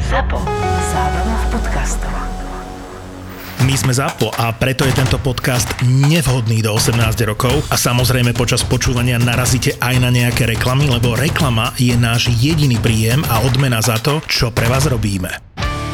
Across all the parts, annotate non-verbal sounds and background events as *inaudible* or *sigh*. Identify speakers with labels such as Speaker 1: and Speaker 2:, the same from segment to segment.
Speaker 1: ZAPO. Zábrná v podcastovách.
Speaker 2: My sme ZAPO a preto je tento podcast nevhodný do 18 rokov a samozrejme počas počúvania narazíte aj na nejaké reklamy, lebo reklama je náš jediný príjem a odmena za to, čo pre vás robíme.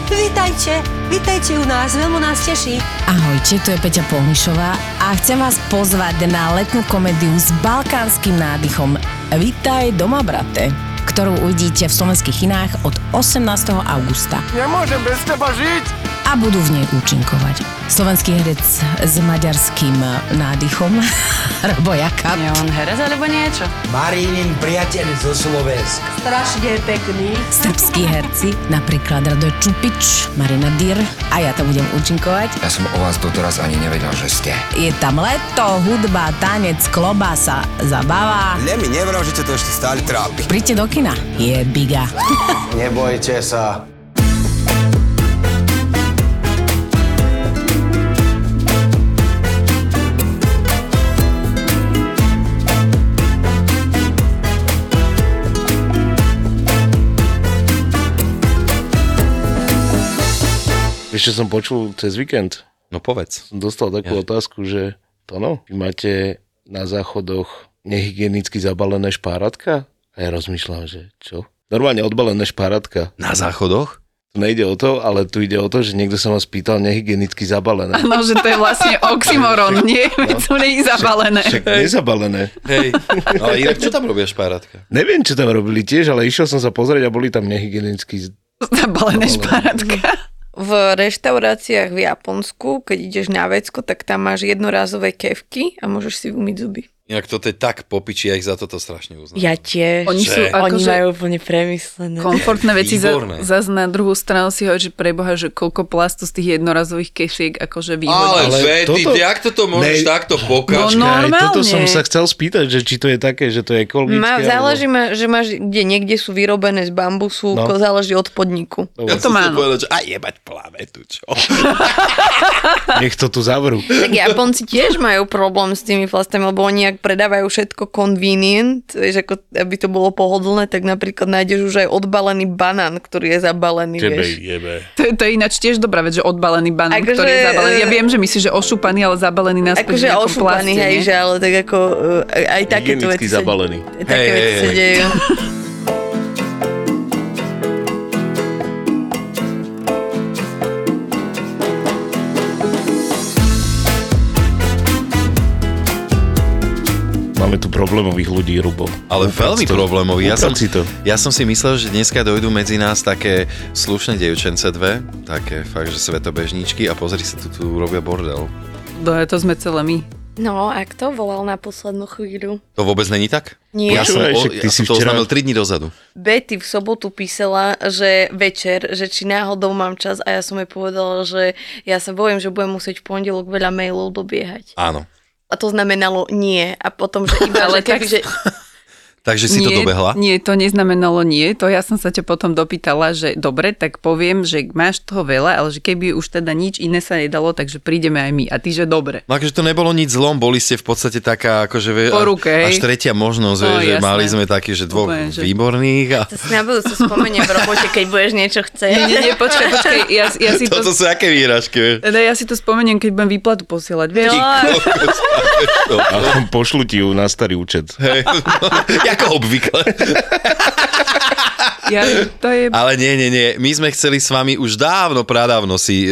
Speaker 3: Vítajte, vítajte u nás, veľmi nás teší.
Speaker 4: Ahojte, tu je Peťa Polnišová a chcem vás pozvať na letnú komédiu s balkánskym nádychom Vítaj doma, brate ktorú uvidíte v slovenských kinách od 18. augusta
Speaker 5: Nemôžem bez teba žiť!
Speaker 4: a budú v nej účinkovať. Slovenský herec s maďarským nádychom *laughs* Robo Jakab
Speaker 6: Je on herec alebo niečo?
Speaker 7: Marínin priateľ zo Slovenska.
Speaker 3: Strašne pekný.
Speaker 4: srbskí herci, napríklad Radoj Čupič, Marina Dyr a ja tam budem účinkovať.
Speaker 7: Ja som o vás doteraz ani nevedel, že ste.
Speaker 4: Je tam leto, hudba, tanec, klobasa, zabava.
Speaker 8: Lemi, nevral, že ťa to ešte stále trápi.
Speaker 4: Príďte do kina, je biga.
Speaker 5: Nebojte sa.
Speaker 9: Vieš, čo som počul cez víkend?
Speaker 10: No povedz.
Speaker 9: Som dostal takú otázku, že to no, vy máte na záchodoch nehygienicky zabalené špáratka? A ja rozmýšľam, že čo? Normálne odbalené špáratka.
Speaker 10: Na záchodoch?
Speaker 9: Tu nejde o to, ale tu ide o to, že niekto sa ma spýtal nehygienicky zabalené.
Speaker 6: No,
Speaker 9: No.
Speaker 6: že to je vlastne
Speaker 9: *laughs*
Speaker 6: oxymoron, nie? Veď to nie je zabalené.
Speaker 9: Nezabalené.
Speaker 10: Hej. No *laughs* ale inak čo tam robia špáratka?
Speaker 9: Neviem, čo tam robili tiež, ale išiel som sa pozrieť a boli tam nehygienicky... z-
Speaker 6: Zabalené špáratka.
Speaker 11: v reštauráciách v Japonsku, keď ideš na vecko, tak tam máš jednorázové kevky a môžeš si umyť zuby.
Speaker 10: Inak toto je tak popiči, ja ich za toto strašne uznám.
Speaker 11: Ja tiež.
Speaker 6: Oni sú
Speaker 10: Že?
Speaker 11: Oni
Speaker 6: akože
Speaker 11: majú úplne premyslené. *laughs*
Speaker 6: komfortné veci, za,
Speaker 10: Výborné.
Speaker 6: zas na druhú stranu si hovorí, že preboha, že koľko plastu z tých jednorazových kešiek akože vyhodí.
Speaker 10: Ale, ale
Speaker 9: Ale
Speaker 10: ve, ty,
Speaker 9: toto-
Speaker 10: toto... jak toto môžeš
Speaker 9: Ne-
Speaker 10: takto
Speaker 6: No,
Speaker 10: pokač?
Speaker 9: Aj toto
Speaker 6: normálne.
Speaker 9: som sa chcel spýtať, že či to je také, že to je ekologické.
Speaker 11: Ma,
Speaker 9: alebo-
Speaker 11: záleží, ma, že máš, kde niekde sú vyrobené z bambusu,
Speaker 9: No.
Speaker 11: no. záleží od podniku.
Speaker 10: Ja
Speaker 6: to
Speaker 10: som
Speaker 6: má,
Speaker 10: chcel
Speaker 6: no.
Speaker 10: povedať, že aj jebať planetu, čo?
Speaker 9: Nech to
Speaker 6: *laughs*
Speaker 9: tu zavrú.
Speaker 11: Tak Japonci *laughs* tiež majú problém s tými plastami, lebo oni ak predávajú všetko convenient, vieš, ako, aby to bolo pohodlné, tak napríklad nájdeš už aj odbalený banán, ktorý je zabalený, vieš.
Speaker 9: jebe.
Speaker 6: To, je- to je ináč tiež dobrá vec, že odbalený banán,
Speaker 11: Akože,
Speaker 6: ktorý je zabalený. Ja
Speaker 11: e,
Speaker 6: viem, že myslíš, že ošúpaný, ale zabalený naspäť
Speaker 11: Akože
Speaker 6: v nejakom
Speaker 11: ošúpaný,
Speaker 6: plaste,
Speaker 11: hej,
Speaker 6: nie?
Speaker 11: že ale tak ako e, aj takéto veci sa,
Speaker 9: zabalený.
Speaker 11: také
Speaker 10: Hej,
Speaker 11: veci
Speaker 10: hej,
Speaker 11: sa
Speaker 10: hej.
Speaker 11: dejú.
Speaker 9: Máme tu problémových ľudí, Rubo.
Speaker 10: Ale veľmi problémový. Ja som,
Speaker 9: Uprac si to.
Speaker 10: ja som si myslel, že dneska dojdú medzi nás také slušné dievčence dve, také fakt, že svetobežničky a pozri sa, tu, tu robia bordel.
Speaker 6: No, to sme celé my.
Speaker 11: No, a kto volal na poslednú chvíľu?
Speaker 10: To vôbec není tak?
Speaker 11: Nie.
Speaker 10: Ja som,
Speaker 9: Počúvaj,
Speaker 10: o,
Speaker 9: však ty
Speaker 10: ja
Speaker 9: si
Speaker 10: som to
Speaker 9: včera-
Speaker 10: oznámil 3 dní dozadu.
Speaker 11: Betty v sobotu písala, že večer, že či náhodou mám čas a ja som jej povedala, že ja sa bojím, že budem musieť v pondelok veľa mailov dobiehať.
Speaker 10: Áno.
Speaker 11: A to znamenalo nie. A potom, že
Speaker 6: *laughs*
Speaker 11: iba,
Speaker 6: Ale
Speaker 11: že keby,
Speaker 6: tak-
Speaker 11: že...
Speaker 10: Takže si
Speaker 6: nie,
Speaker 10: to dobehla?
Speaker 6: Nie, to neznamenalo nie. To ja som sa ťa potom dopýtala, že dobre, tak poviem, že máš toho veľa, ale že keby už teda nič iné sa nedalo, takže prídeme aj my. A ty, že dobre.
Speaker 10: No akože to nebolo nič zlom, boli ste v podstate taká, akože vie,
Speaker 6: Po ruke, hej.
Speaker 10: až tretia možnosť,
Speaker 6: No,
Speaker 10: no, že
Speaker 6: jasné.
Speaker 10: mali sme taký, že dvoch
Speaker 6: Úplne, že-
Speaker 10: výborných a
Speaker 11: To si na budúce spomeniem v robote, keď budeš niečo chcieť.
Speaker 6: Nie, nie, nie, *laughs* počkaj, počkaj, ja, ja si to...
Speaker 10: *laughs* toto sú aké výražky, vieš.
Speaker 6: Teda ja si to spomeniem, keď budem výplatu posielať, vieš?
Speaker 11: No,
Speaker 10: No.
Speaker 9: Aspoň pošlu ti ju na starý účet.
Speaker 10: Hej, no, *laughs* ako obvykle.
Speaker 6: Ja, to je...
Speaker 10: Ale nie, nie, nie. My sme chceli s vami už dávno, pradávno si e,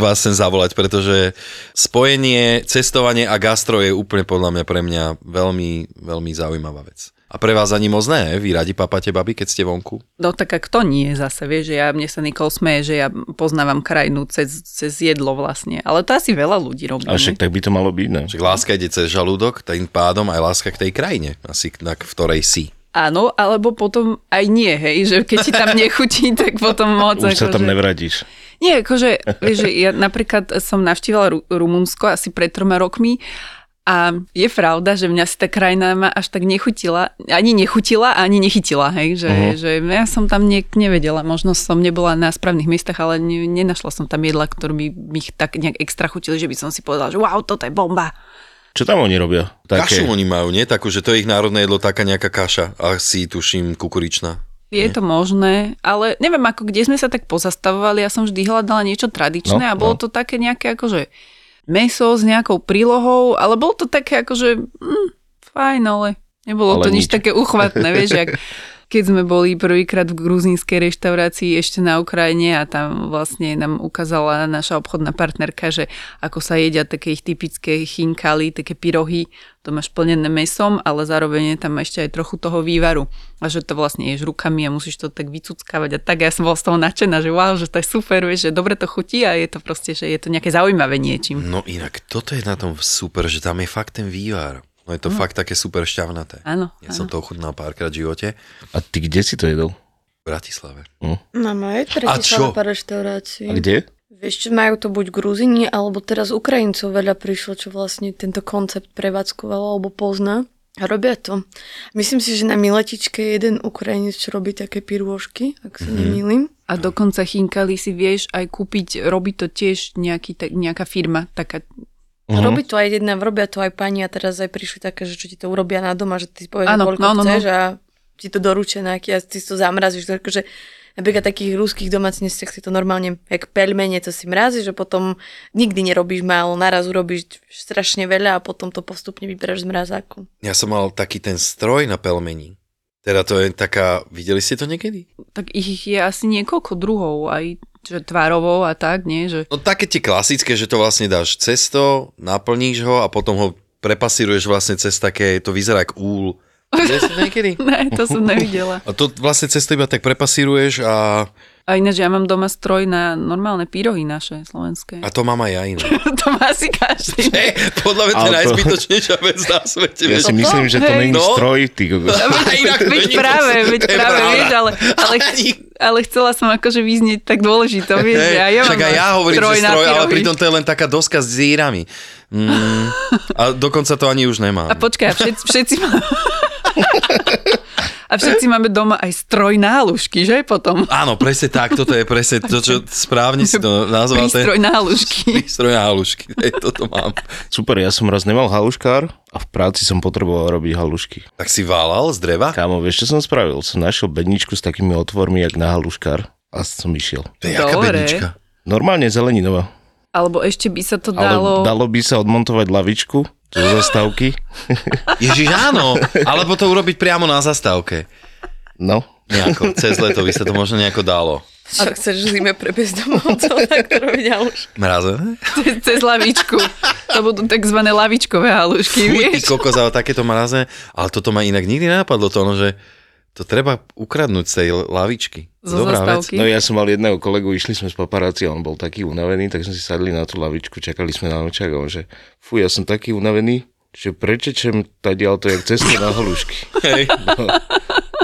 Speaker 10: vás sem zavolať, pretože spojenie, cestovanie a gastro je úplne podľa mňa pre mňa veľmi, veľmi zaujímavá vec. A pre vás ani moc ne, vy radi papate baby, keď ste vonku?
Speaker 6: No tak a kto nie zase, vieš, že ja, mne sa Nikol smeje, že ja poznávam krajinu cez, cez jedlo vlastne. Ale to asi veľa ľudí robí.
Speaker 9: A však
Speaker 6: nie?
Speaker 9: tak by to malo byť, ne?
Speaker 10: Však láska ide cez žalúdok, tým pádom aj láska k tej krajine, asi na, v ktorej si.
Speaker 6: Áno, alebo potom aj nie, hej, že keď ti tam nechutí, tak potom moc.
Speaker 9: Už sa tam
Speaker 6: akože-
Speaker 9: nevradíš.
Speaker 6: Nie, akože, vieš, že ja napríklad som navštívila Ru- Rumunsko asi pred troma rokmi a je pravda, že mňa si tá krajina ma až tak nechutila, ani nechutila a ani nechytila, hej, že,
Speaker 9: Mhm.
Speaker 6: uh-huh. že ja som tam ne, nevedela, možno som nebola na správnych miestach, ale ne, nenašla som tam jedla, ktorú by mi ich tak nejak extra chutili, že by som si povedala, že wow, toto je bomba.
Speaker 9: Čo tam oni robia?
Speaker 10: Kašu oni majú, nie? Takú, že to je ich národné jedlo, taká nejaká kaša. Asi tuším, kukuričná.
Speaker 11: Je to možné, ale neviem ako, kde sme sa tak pozastavovali, ja som vždy hľadala niečo tradičné
Speaker 9: No,
Speaker 11: a
Speaker 9: no.
Speaker 11: bolo to také nejaké akože meso s nejakou prílohou, ale bolo to také akože mm, fajn, ale nebolo
Speaker 9: Ale
Speaker 11: to nič
Speaker 9: nič.
Speaker 11: také uchvatné, vieš, jak keď sme boli prvýkrát v gruzínskej reštaurácii ešte na Ukrajine a tam vlastne nám ukázala naša obchodná partnerka, že ako sa jedia také ich typické chinkaly, také pyrohy, to máš plnené mesom, ale zároveň je tam ešte aj trochu toho vývaru. A že to vlastne ješ rukami a musíš to tak vycuckávať a tak. A ja som bola z toho nadšená, že wow, že to je super, vieš, že dobre to chutí a je to proste, že je to nejaké zaujímavé niečím.
Speaker 10: No inak, toto je na tom super, že tam je fakt ten vývar. No je to
Speaker 11: Mm.
Speaker 10: mm. fakt také super šťavnaté.
Speaker 11: Áno,
Speaker 10: Ja som to ochutnal párkrát v živote
Speaker 9: A ty kde si to jedol?
Speaker 10: v Bratislave.
Speaker 9: Hm?
Speaker 12: Máme aj
Speaker 10: čo?
Speaker 12: Bratislava reštaurácií.
Speaker 9: A kde?
Speaker 12: Vieš, čo, majú to buď Gruzini, alebo teraz Ukrajincov veľa prišlo, čo vlastne tento koncept prevádzkovalo alebo pozná. A robia to. Myslím si, že na Miletičke je jeden Ukrajinec, čo robí také pirôžky, ak sa
Speaker 11: Mhm.
Speaker 12: nemýlim.
Speaker 11: A dokonca chinkali si vieš aj kúpiť, robí to tiež nejaký, tak, nejaká firma, taká
Speaker 12: Mm-hmm. Robí to aj jedna, robia to aj pani a teraz aj prišli také, že čo ti to urobia na doma, že ty povieš,
Speaker 11: Áno,
Speaker 12: koľko
Speaker 11: no, no, no.
Speaker 12: chceš a ti to doručia nejaký a ty si to zamrazíš. Takže napríklad v takých ruských domácnostiach si to normálne, jak pelmene, to si mrazíš a potom nikdy nerobíš málo, naraz urobíš strašne veľa a potom to postupne vyberáš z mrazáku.
Speaker 10: Ja som mal taký ten stroj na pelmení. Teda to je taká, videli ste to niekedy?
Speaker 11: tak ich je asi niekoľko druhov, aj že tvarovou a tak, nie? Že...
Speaker 10: No také tie klasické, že to vlastne dáš cesto, naplníš ho a potom ho prepasíruješ vlastne cez také, to vyzerá ako úl. Videli ste to
Speaker 11: *laughs*
Speaker 10: niekedy?
Speaker 11: ne, to som nevidela.
Speaker 10: A to vlastne cesto iba tak prepasíruješ a,
Speaker 11: A ináč, ja mám doma stroj na normálne *laughs* pyrohy naše, slovenské.
Speaker 10: a to mám aj ja iné. *laughs*
Speaker 11: to má asi každý.
Speaker 10: Podľa mňa to je
Speaker 9: Ale to-
Speaker 10: najzbytočnejšia vec na svete.
Speaker 9: Ja
Speaker 10: vieš.
Speaker 9: si myslím, že to
Speaker 11: Hej.
Speaker 9: není
Speaker 10: No.
Speaker 9: stroj, ty
Speaker 6: *laughs*
Speaker 9: kokos.
Speaker 10: *laughs* A inak to
Speaker 11: Veď
Speaker 10: nie je-
Speaker 11: práve, veď
Speaker 10: to je
Speaker 11: práve,
Speaker 10: pravda.
Speaker 11: vieš, ale, ale, ale chcela som akože vyznieť tak dôležito, vieš, že aj ja
Speaker 10: Hej,
Speaker 11: mám
Speaker 10: Však aj ja hovorím,
Speaker 11: stroj
Speaker 10: stroj že
Speaker 11: na
Speaker 10: stroj, ale
Speaker 11: pyrohy.
Speaker 10: pritom to je len taká doska s dírami. Mm, a dokonca to ani už nemám.
Speaker 11: A počkaj, a všetci, všetci má... *laughs* A všetci máme doma aj stroj nálužky, že potom?
Speaker 10: Áno, presne tak, toto je presne to, čo správne si
Speaker 11: *laughs*
Speaker 10: to nazval. to je-
Speaker 11: Prístroj nálužky.
Speaker 10: *laughs* Prístroj na halušky, hej, toto mám.
Speaker 9: Super, ja som raz nemal haluškár a v práci som potreboval robiť halušky.
Speaker 10: Tak si válal z dreva?
Speaker 9: Kámo, vieš, čo som spravil? Som našiel bedničku s takými otvormi, jak na haluškár a som išiel.
Speaker 10: To je jaká
Speaker 11: Dobre.
Speaker 10: bednička?
Speaker 9: Normálne zeleninová.
Speaker 11: Alebo ešte by sa to
Speaker 9: Ale
Speaker 11: dalo...
Speaker 9: dalo by sa odmontovať lavičku zo zastávky.
Speaker 10: Ježiš, áno, alebo to urobiť priamo na zastávke.
Speaker 9: No.
Speaker 10: Nejako, cez leto by sa to možno nejako dalo.
Speaker 12: A chceš v zime prebiesť domov, *laughs* to tak to robia už.
Speaker 10: Mrazené?
Speaker 11: *laughs* cez, cez lavičku. To budú tzv. lavičkové
Speaker 10: Fuj,
Speaker 11: halušky,
Speaker 10: ty
Speaker 11: vieš?
Speaker 10: kokos, ale takéto mrazené. Ale toto ma inak nikdy nenapadlo, to ono, že to treba ukradnúť z tej lavičky.
Speaker 11: Zo
Speaker 10: Dobrá
Speaker 11: zastávky.
Speaker 10: vec.
Speaker 9: No ja som mal jedného kolegu, išli sme z paparáci a on bol taký unavený, tak sme si sadli na tú lavičku, čakali sme na nočák a on že, fú, ja som taký unavený, že prečečem tadiaľ to jak cesto na halušky.
Speaker 10: Hej.
Speaker 9: No.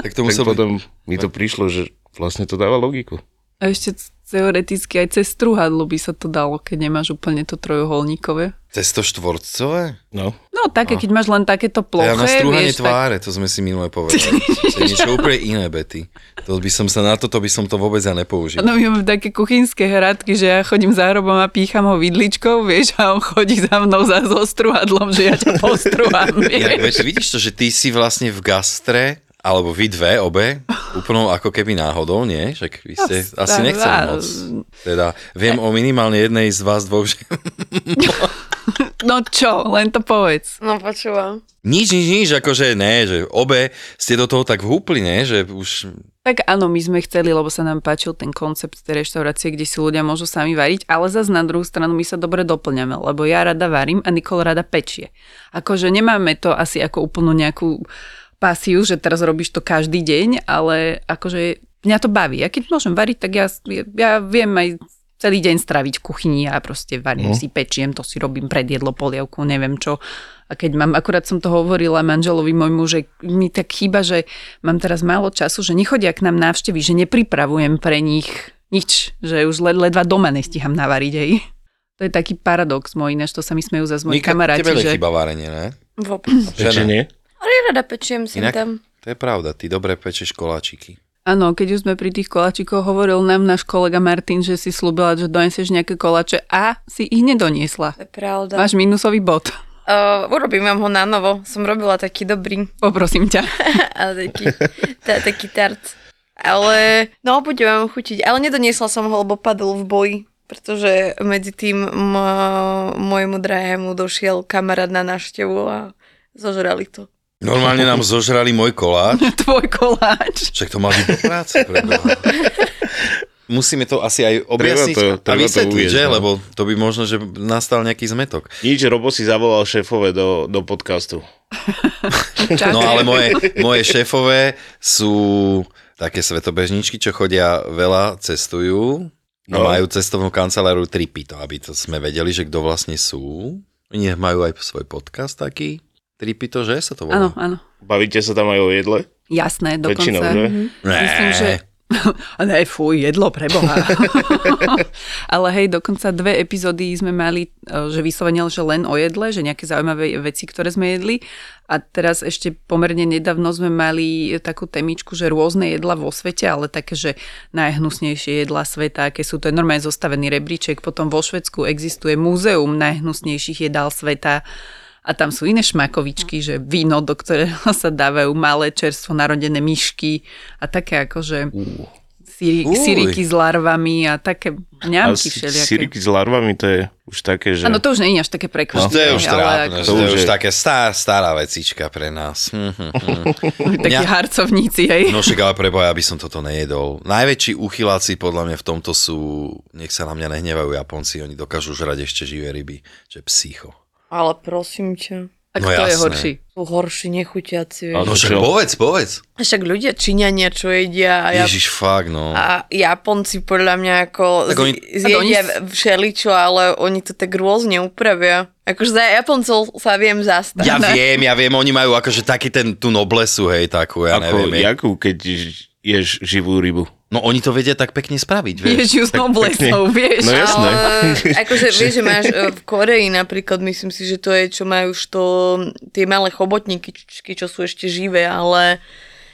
Speaker 10: Tak to musel
Speaker 9: tak potom mi to prišlo, že vlastne to dáva logiku.
Speaker 11: A ešte c- teoreticky aj cez struhadlo by sa to dalo, keď nemáš úplne to trojuholníkové.
Speaker 10: Cesto štvorcové?
Speaker 9: No.
Speaker 11: No také,
Speaker 10: A.
Speaker 11: keď máš len takéto
Speaker 10: Ja
Speaker 11: ploché,
Speaker 10: na strúhanie
Speaker 11: vieš, tak,
Speaker 10: tváre, to sme si minule povedali. To je niečo úplne iné, Betty. To by som sa na toto by som to vôbec ja nepoužil.
Speaker 11: No my máme také kuchynské hradky, že ja chodím za hrobom a pícham ho vidličkou, vieš, a on chodí za mnou za so struhadlom, že ja ťa postruhám,
Speaker 10: Ja,
Speaker 11: vieš.
Speaker 10: vieš, vidíš to, že ty si vlastne v gastre, alebo vy dve, obe, úplnou ako keby náhodou, nie? Však vy ste
Speaker 11: Ja
Speaker 10: asi
Speaker 11: sa-
Speaker 10: nechceli moc. Teda viem o minimálne jednej z vás dvoch, že *laughs*
Speaker 11: No čo, len to povedz.
Speaker 12: No počúvam.
Speaker 10: nič, nič, nič, akože ne, že obe ste do toho tak vhúpli, ne? Že už
Speaker 11: Tak áno, my sme chceli, lebo sa nám páčil ten koncept tej reštaurácie, kde si ľudia môžu sami variť, ale zase na druhú stranu my sa dobre doplňame, lebo ja rada varím a Nikol rada pečie. Akože nemáme to asi ako úplnú nejakú pasiu, že teraz robíš to každý deň, ale akože mňa to baví. Ja keď môžem variť, tak ja, ja viem aj celý deň straviť v kuchyni a proste
Speaker 9: No.
Speaker 11: varím si, pečiem, to si robím pred jedlo, polievku, neviem čo. A keď mám, akurát som to hovorila manželovi môjmu, že mi tak chýba, že mám teraz málo času, že nechodia k nám návštevy, že nepripravujem pre nich nič, že už led, ledva doma nestíham navariť aj. To je taký paradox môj, ináč to sa mi smejú zase moji
Speaker 10: Nika,
Speaker 11: kamaráti,
Speaker 10: tebe
Speaker 11: že...
Speaker 10: nechýba varenie, ne?
Speaker 12: Vôbec.
Speaker 9: Prečo
Speaker 10: Žena.
Speaker 9: nie?
Speaker 12: Ale ja rada pečiem sem
Speaker 10: Inak?
Speaker 12: tam.
Speaker 10: To je pravda, ty dobre pečeš koláčiky.
Speaker 11: Áno, keď už sme pri tých koláčikoch, hovoril nám náš kolega Martin, že si slúbila, že donesieš nejaké koláče a si ich nedoniesla.
Speaker 12: To je pravda.
Speaker 11: Máš minusový bod,
Speaker 12: Uh, urobím vám ho na
Speaker 11: *laughs*
Speaker 12: novo. Som robila taký dobrý.
Speaker 11: poprosím ťa.
Speaker 12: A taký, tá, taký tart.
Speaker 11: Ale no, bude vám chutiť. Ale nedoniesla som ho, lebo padol v boji. Pretože medzi tým m- môjmu drahému došiel kamarát na návštevu a zožrali to.
Speaker 10: Normálne *laughs* nám zožrali môj koláč.
Speaker 6: Tvoj koláč.
Speaker 10: Však to mal byť do práce.
Speaker 9: *laughs*
Speaker 10: preboha. Musíme to asi aj objasniť
Speaker 9: to-
Speaker 10: a
Speaker 9: treba to
Speaker 10: vysvetliť,
Speaker 9: uviesť,
Speaker 10: že?
Speaker 9: no.
Speaker 10: Lebo to by možno, že nastal nejaký zmetok.
Speaker 9: Nič, Robo si zavolal šéfové do, do podcastu.
Speaker 10: No ale moje, moje šéfové sú také svetobežničky, čo chodia veľa, cestujú a
Speaker 9: No.
Speaker 10: majú cestovnú kanceláriu Tripito, aby to sme vedeli, že kto vlastne sú. Nech majú aj svoj podcast taký. Tripito, že sa to volá?
Speaker 6: Áno, áno.
Speaker 9: Bavíte sa tam aj o jedle?
Speaker 6: Jasné,
Speaker 9: Väčšinou,
Speaker 6: dokonca.
Speaker 9: že?
Speaker 6: Mhm.
Speaker 10: Né.
Speaker 6: Myslím, že... Ne, fuj, jedlo pre Boha. Ale hej, dokonca dve epizódy sme mali, e, že vyslovene že len o jedle, že nejaké zaujímavé veci, ktoré sme jedli. A teraz ešte pomerne nedávno sme mali takú temičku, že rôzne jedla vo svete, ale také, že najhnusnejšie jedla sveta, aké sú to je normálne zostavený rebríček. Potom vo Švedsku existuje múzeum najhnusnejších jedál sveta. A tam sú iné šmakovičky, že víno, do ktorého sa dávajú malé čerstvo narodené myšky a také akože síri,
Speaker 9: Uj.
Speaker 6: síriky s larvami a také
Speaker 9: A
Speaker 6: mňamky
Speaker 9: si-
Speaker 6: všelijaké.
Speaker 9: Siriky s larvami, to je už také, že...
Speaker 6: Áno, to už nie je až také
Speaker 10: No,
Speaker 6: prekvapivé.
Speaker 10: to je už trápne,
Speaker 9: ako-
Speaker 10: to,
Speaker 9: To
Speaker 10: je
Speaker 9: už
Speaker 10: už
Speaker 9: je-
Speaker 10: také star, stará vecička pre nás. Hm, hm, hm.
Speaker 6: Takí
Speaker 10: Mňa-
Speaker 6: harcovníci, hej.
Speaker 10: No však ale preboja, aby som toto nejedol. Najväčší uchyláci podľa mňa v tomto sú, nech sa na mňa nehnevajú Japonci, oni dokážu žrať ešte živé ryby, že psycho.
Speaker 11: Ale prosím ťa.
Speaker 6: A
Speaker 10: No kto je jasné. horší?
Speaker 11: Sú horší, nechutiaci.
Speaker 10: No
Speaker 11: vieš.
Speaker 10: však povedz, povedz.
Speaker 11: A však ľudia Číňania, čo jedia. A ja
Speaker 10: Ježiš, fakt, no.
Speaker 11: A Japonci podľa mňa ako
Speaker 10: Tak
Speaker 11: tak
Speaker 6: A
Speaker 10: oni-
Speaker 11: oni...
Speaker 6: to
Speaker 11: zjedia všeličo, ale oni to tak rôzne upravia. Akože za Japoncov sa viem zastať.
Speaker 10: Ja viem, ja viem, oni majú akože taký ten, tú noblesu, hej, takú, ja
Speaker 9: Ako,
Speaker 10: neviem. Jak?
Speaker 9: jakú, keď ž- ješ živú rybu?
Speaker 10: No oni to vedia tak pekne spraviť, vieš.
Speaker 6: Ježiš, s noblesou, vieš.
Speaker 9: No jasné. *laughs*
Speaker 11: Ale akože vieš, že máš e, v Koreji napríklad, myslím si, že to je, čo majú už to, tie malé chobotníky, čo sú ešte živé, ale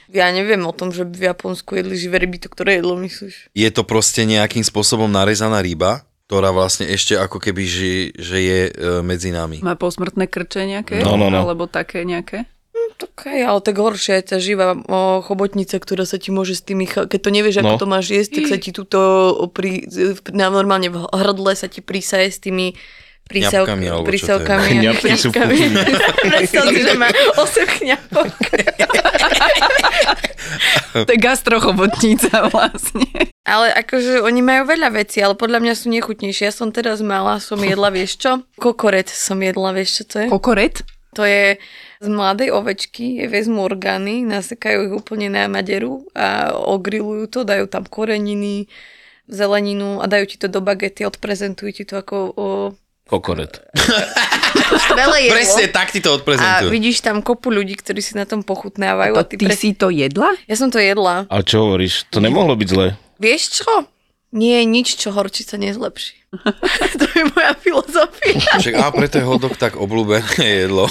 Speaker 11: ja neviem o tom, že v Japonsku jedli živé ryby, to ktoré jedlo myslíš?
Speaker 10: Je to proste nejakým spôsobom narezaná ryba, ktorá vlastne ešte ako keby, že, že je e, medzi nami.
Speaker 6: Má posmrtné krče nejaké?
Speaker 10: No, no, no.
Speaker 6: Alebo také nejaké?
Speaker 11: Tak aj, ale tak horšia je tá živá o, chobotnica, ktorá sa ti môže s tými, cha- keď to nevieš,
Speaker 9: No.
Speaker 11: ako to máš jesť, tak sa ti tuto pri, na, normálne v hrdle sa ti prísaje s tými prísav,
Speaker 10: Kňapkami, alebo čo to je? *laughs*
Speaker 11: prísavkami. a
Speaker 9: Kňapky sú v
Speaker 11: kňapkami.
Speaker 9: kuchyni.
Speaker 11: *laughs* Predstav si, že má 8 kňapok.
Speaker 6: To je gastrochobotnica *laughs* vlastne.
Speaker 11: *laughs* Ale akože oni majú veľa vecí, ale podľa mňa sú nechutnejšie. Ja som teraz mala, som jedla, vieš čo? Kokoret som jedla, vieš čo to je?
Speaker 6: Kokoret?
Speaker 11: To je z mladej ovečky, je vezmu orgány, nasekajú ich úplne na maderu a ogrilujú to, dajú tam koreniny, zeleninu a dajú ti to do bagety, odprezentujú ti to ako... O,
Speaker 9: Kokoret.
Speaker 11: veľa jedlo.
Speaker 10: Presne tak ti to
Speaker 11: A
Speaker 10: odprezentujú.
Speaker 11: vidíš tam kopu ľudí, ktorí si na tom pochutnávajú.
Speaker 6: To
Speaker 11: a ty
Speaker 6: ty
Speaker 11: pres-
Speaker 6: si to jedla?
Speaker 11: Ja som to jedla.
Speaker 9: A čo hovoríš? To nemohlo byť zle.
Speaker 11: Vieš čo? Nie je nič, čo horčica nezlepší. *laughs* to je moja filozofia.
Speaker 10: Však, a preto je hodok tak obľúbené jedlo.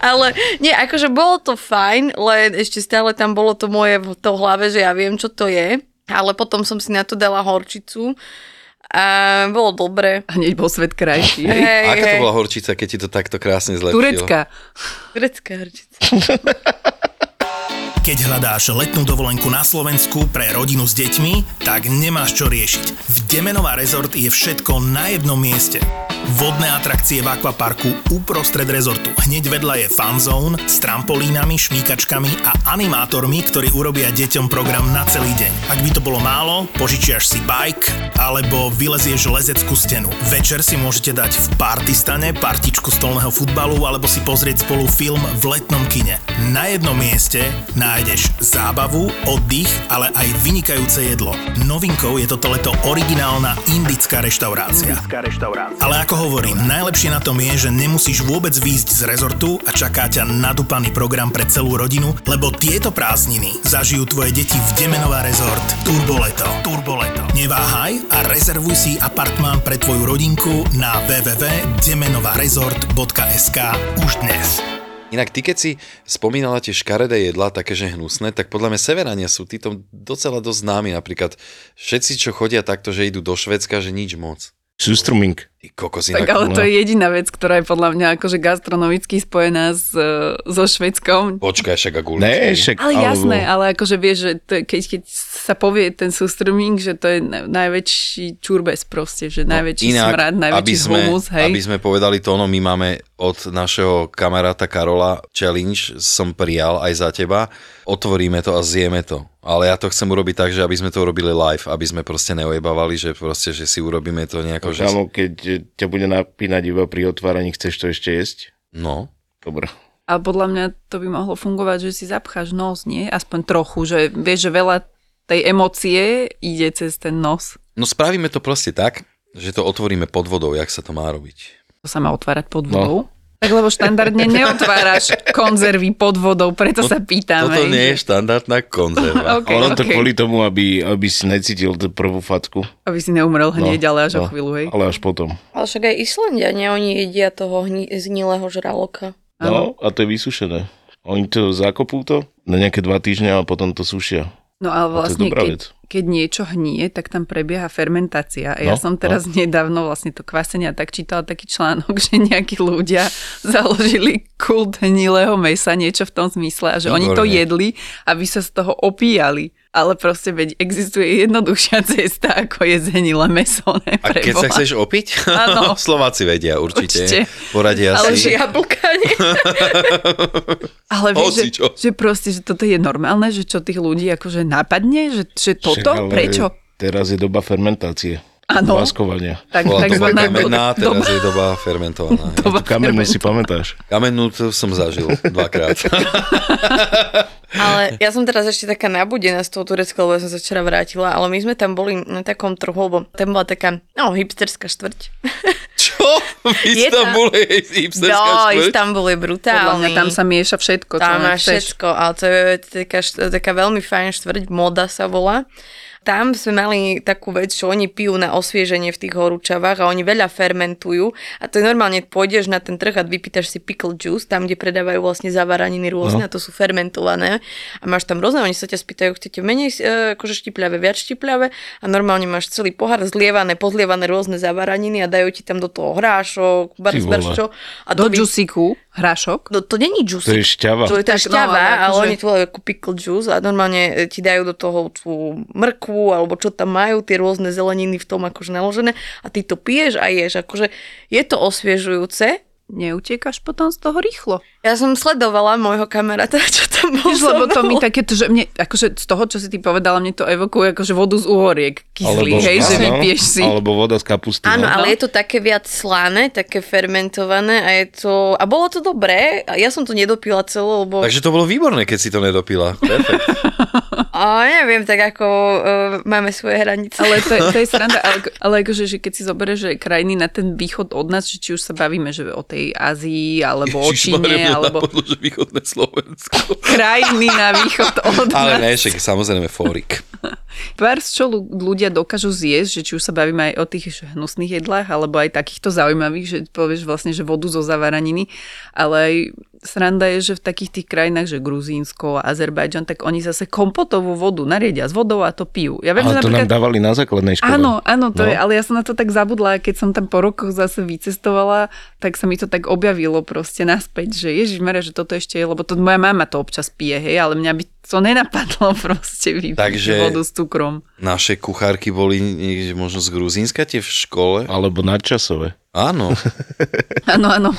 Speaker 11: Ale nie, akože bolo to fajn, len ešte stále tam bolo to moje v to hlave, že ja viem, čo to je. Ale potom som si na to dala horčicu a bolo dobre.
Speaker 6: Hneď bol svet krajší. hej.
Speaker 11: Hej,
Speaker 10: Aká to
Speaker 11: hej.
Speaker 10: bola horčica, keď ti to takto krásne zlepšilo?
Speaker 6: Turecka.
Speaker 11: Grecká horčica.
Speaker 2: Keď hľadáš letnú dovolenku na Slovensku pre rodinu s deťmi, tak nemáš čo riešiť. V Demenová rezort je všetko na jednom mieste. Vodné atrakcie v akvaparku uprostred rezortu. Hneď vedľa je fan zone s trampolínami, šmíkačkami a animátormi, ktorí urobia deťom program na celý deň. Ak by to bolo málo, požičiaš si bike alebo vylezieš lezeckú stenu. Večer si môžete dať v partystane partičku stolného futbalu alebo si pozrieť spolu film v letnom kine. Na jednom mieste nájdeš zábavu, oddych, ale aj vynikajúce jedlo. Novinkou je toto leto originálna indická reštaurácia. Ale ako hovorím, najlepšie na tom je, že nemusíš vôbec výjsť z rezortu a čaká ťa nadúpaný program pre celú rodinu, lebo tieto prázdniny zažijú tvoje deti v Demenová rezort Turboleto. Turboleto. Neváhaj a rezervuj si apartmán pre tvoju rodinku na www.demenovarezort.sk už dnes.
Speaker 10: Inak ty, keď si spomínala tie škaredé jedlá, také že hnusné, tak podľa mňa severania sú títo docela dosť známi. Napríklad všetci, čo chodia takto, že idú do Švedska, že nič moc.
Speaker 9: Sústrumink.
Speaker 10: Ty kokos,
Speaker 6: Tak no.
Speaker 10: inak-
Speaker 6: ale to je jediná vec, ktorá je podľa mňa akože gastronomicky spojená s, e, so Švedskom.
Speaker 10: Počkaj, však a guličky.
Speaker 9: Ne, však
Speaker 6: Ale jasné, ale akože vieš, že to, je- keď, keď sa povie ten sústrming, že to je na- najväčší čurbes proste, že najväčší
Speaker 10: Inak,
Speaker 6: smrad,
Speaker 10: aby
Speaker 6: najväčší
Speaker 10: sme,
Speaker 6: humus, hej.
Speaker 10: aby sme povedali to, no my máme od našeho kamaráta Karola challenge, som prijal aj za teba, otvoríme to a zjeme to. Ale ja to chcem urobiť tak, že aby sme to urobili live, aby sme proste neojebávali, že proste, že si urobíme to nejako, že...
Speaker 9: Kámo, keď e, ťa bude napínať iba pri otváraní, chceš to ešte jesť?
Speaker 10: No.
Speaker 9: Dobre.
Speaker 6: Ale podľa mňa to by mohlo fungovať, že si zapcháš nos, nie? Aspoň trochu, že vieš, že veľa tej emócie ide cez ten nos.
Speaker 10: No spravíme to proste tak, že to otvoríme pod vodou, jak sa to má robiť.
Speaker 6: To sa má otvárať pod vodou. Tak lebo štandardne
Speaker 10: *laughs*
Speaker 6: neotváraš konzervy pod vodou, preto sa pýtam.
Speaker 10: No,
Speaker 6: hej,
Speaker 10: Toto nie
Speaker 6: že-
Speaker 10: je štandardná
Speaker 6: *laughs*
Speaker 10: konzerva.
Speaker 6: Ok,
Speaker 9: ono to
Speaker 6: ok.
Speaker 9: kvôli tomu, aby, aby si necítil tú prvú fatku.
Speaker 6: Aby si neumrel hneď, ale až o chvíľu, hej.
Speaker 9: Ale až potom.
Speaker 11: Ale však aj Islandiania, oni jedia toho hni- znilého žraloka.
Speaker 9: No, a to je vysušené. Oni to zakopú to na nejaké dva týždňa a potom to sušia.
Speaker 6: No ale
Speaker 9: to je
Speaker 6: vlastne,
Speaker 9: dobrá vec.
Speaker 6: keď, keď niečo hnie, tak tam prebieha fermentácia. A ja
Speaker 9: No,
Speaker 6: som teraz
Speaker 9: no.
Speaker 6: nedávno vlastne to kvasenia tak čítala taký článok, že nejakí ľudia založili kult hnilého mesa, niečo v tom zmysle, a že oni to
Speaker 13: Výborne.
Speaker 6: jedli, aby sa z toho opíjali. Ale proste, veď existuje jednoduchšia cesta, ako je zhnilé meso. Ne,
Speaker 10: *laughs* A keď sa
Speaker 6: Preboha.
Speaker 10: chceš opiť?
Speaker 6: Áno.
Speaker 10: *laughs* Slováci vedia určite.
Speaker 6: Určite.
Speaker 10: Poradia
Speaker 6: Ale
Speaker 10: si.
Speaker 6: že ja-
Speaker 11: Jablka, nie?
Speaker 6: *laughs* Ale vieš, že,
Speaker 10: Hocičo.
Speaker 6: že proste, že toto je normálne, že čo tých ľudí akože napadne, že, že toto,
Speaker 9: Však, ale
Speaker 6: prečo?
Speaker 9: Teraz je doba fermentácie.
Speaker 6: Áno.
Speaker 9: Váskovania.
Speaker 6: Tak-
Speaker 10: Bola
Speaker 6: tak
Speaker 10: doba
Speaker 6: zvaná
Speaker 10: kamenná,
Speaker 6: doba-
Speaker 10: teraz je doba
Speaker 6: *laughs*
Speaker 10: fermentovaná. hej.
Speaker 9: Tú kamennú si pamätáš?
Speaker 10: Kamennú to som zažil
Speaker 6: *laughs*
Speaker 10: dvakrát.
Speaker 11: Ale ja som teraz ešte taká nabudená z toho Turecka, lebo ja som sa včera vrátila, ale my sme tam boli na takom trhu, lebo tam bola taká, no, hipsterská štvrť.
Speaker 10: Čo? Istanbul je
Speaker 11: *laughs*
Speaker 10: hipsterská
Speaker 11: no,
Speaker 10: štvrť?
Speaker 11: Istanbul je
Speaker 6: Podľa
Speaker 11: brutálny.
Speaker 6: mňa tam sa mieša všetko, čo len
Speaker 11: Tam má
Speaker 6: chceš.
Speaker 11: všetko, ale to je taká, št- taká veľmi fajn štvrť, moda sa volá. Tam sme mali takú vec, čo oni pijú na osvieženie v tých horúčavách a oni veľa fermentujú. A to je normálne, pôjdeš na ten trh a vypýtaš si pickle juice, tam, kde predávajú vlastne zavaraniny rôzne,
Speaker 14: No.
Speaker 11: a to sú fermentované. A máš tam rôzne, oni sa ťa spýtajú, chcete menej e, akože štipľavé, viac štipľavé a normálne máš celý pohár zlievané, pozlievané rôzne zavaraniny a dajú ti tam do toho hrášok,
Speaker 9: Ty vole.
Speaker 11: barčo. A do
Speaker 6: džusiku hrášok?
Speaker 11: No, to není
Speaker 9: To
Speaker 11: džusík.
Speaker 9: je šťava.
Speaker 11: To je tá
Speaker 6: Tak, no,
Speaker 11: šťava,
Speaker 6: ale
Speaker 11: ale,
Speaker 6: akože-
Speaker 11: oni tu majú ako pickle juice a normálne e, ti dajú do toho tú mrkvu alebo čo tam majú, tie rôzne zeleniny v tom akože naložené a ty to piješ a ješ. Akože je to osviežujúce.
Speaker 6: Neutekáš potom z toho rýchlo.
Speaker 11: Ja som sledovala môjho kamaráta, čo tam bol
Speaker 6: Vieš,
Speaker 11: so
Speaker 6: lebo to mi
Speaker 11: mnou.
Speaker 6: takéto, že mne, akože z toho, čo si ty povedala, mne to evokuje akože vodu z uhoriek, kyslý,
Speaker 9: Alebo-
Speaker 6: hej, že
Speaker 9: áno,
Speaker 6: vypiješ si.
Speaker 9: Alebo voda z kapusty. no.
Speaker 11: Áno, ale je to také viac slané, také fermentované a je to... A bolo to dobré. A ja som to nedopila celé, lebo...
Speaker 10: Takže to bolo výborné, keď si to nedopila. *laughs* Perfekt.
Speaker 11: A neviem, tak ako e, máme svoje hranice.
Speaker 6: Ale to je, to je sranda, ale, ale akože, že keď si zoberieš že krajiny na ten východ od nás, že či už sa bavíme že o tej Ázii, alebo o Číne, alebo
Speaker 10: Napadlo, že východné Slovensko.
Speaker 6: krajiny na východ od
Speaker 10: Ale
Speaker 6: nás.
Speaker 10: ne, však samozrejme fórik.
Speaker 6: Tvár, čo lu- ľudia dokážu zjesť, že či už sa bavíme aj o tých hnusných jedlách, alebo aj takýchto zaujímavých, že povieš vlastne, že vodu zo zavaraniny, ale aj sranda je, že v takých tých krajinách, že Gruzínsko, Azerbajdžan, tak oni zase kompotovú vodu nariedia s vodou a to pijú. Ja viem, že
Speaker 9: Ale to
Speaker 6: napríklad...
Speaker 9: nám dávali na základnej škole.
Speaker 6: Áno, áno, to
Speaker 9: No.
Speaker 6: je, ale ja som na to tak zabudla, a keď som tam po rokoch zase vycestovala, tak sa mi to tak objavilo proste naspäť, že ježiš že toto ešte je, lebo to moja mama to občas pije, hej, ale mňa by to nenapadlo *laughs* proste vypiť
Speaker 10: Takže-
Speaker 6: vodu s cukrom.
Speaker 10: Naše kuchárky boli niekde možno z Gruzínska tie v škole.
Speaker 9: Alebo nadčasové.
Speaker 10: Áno.
Speaker 6: Áno, áno.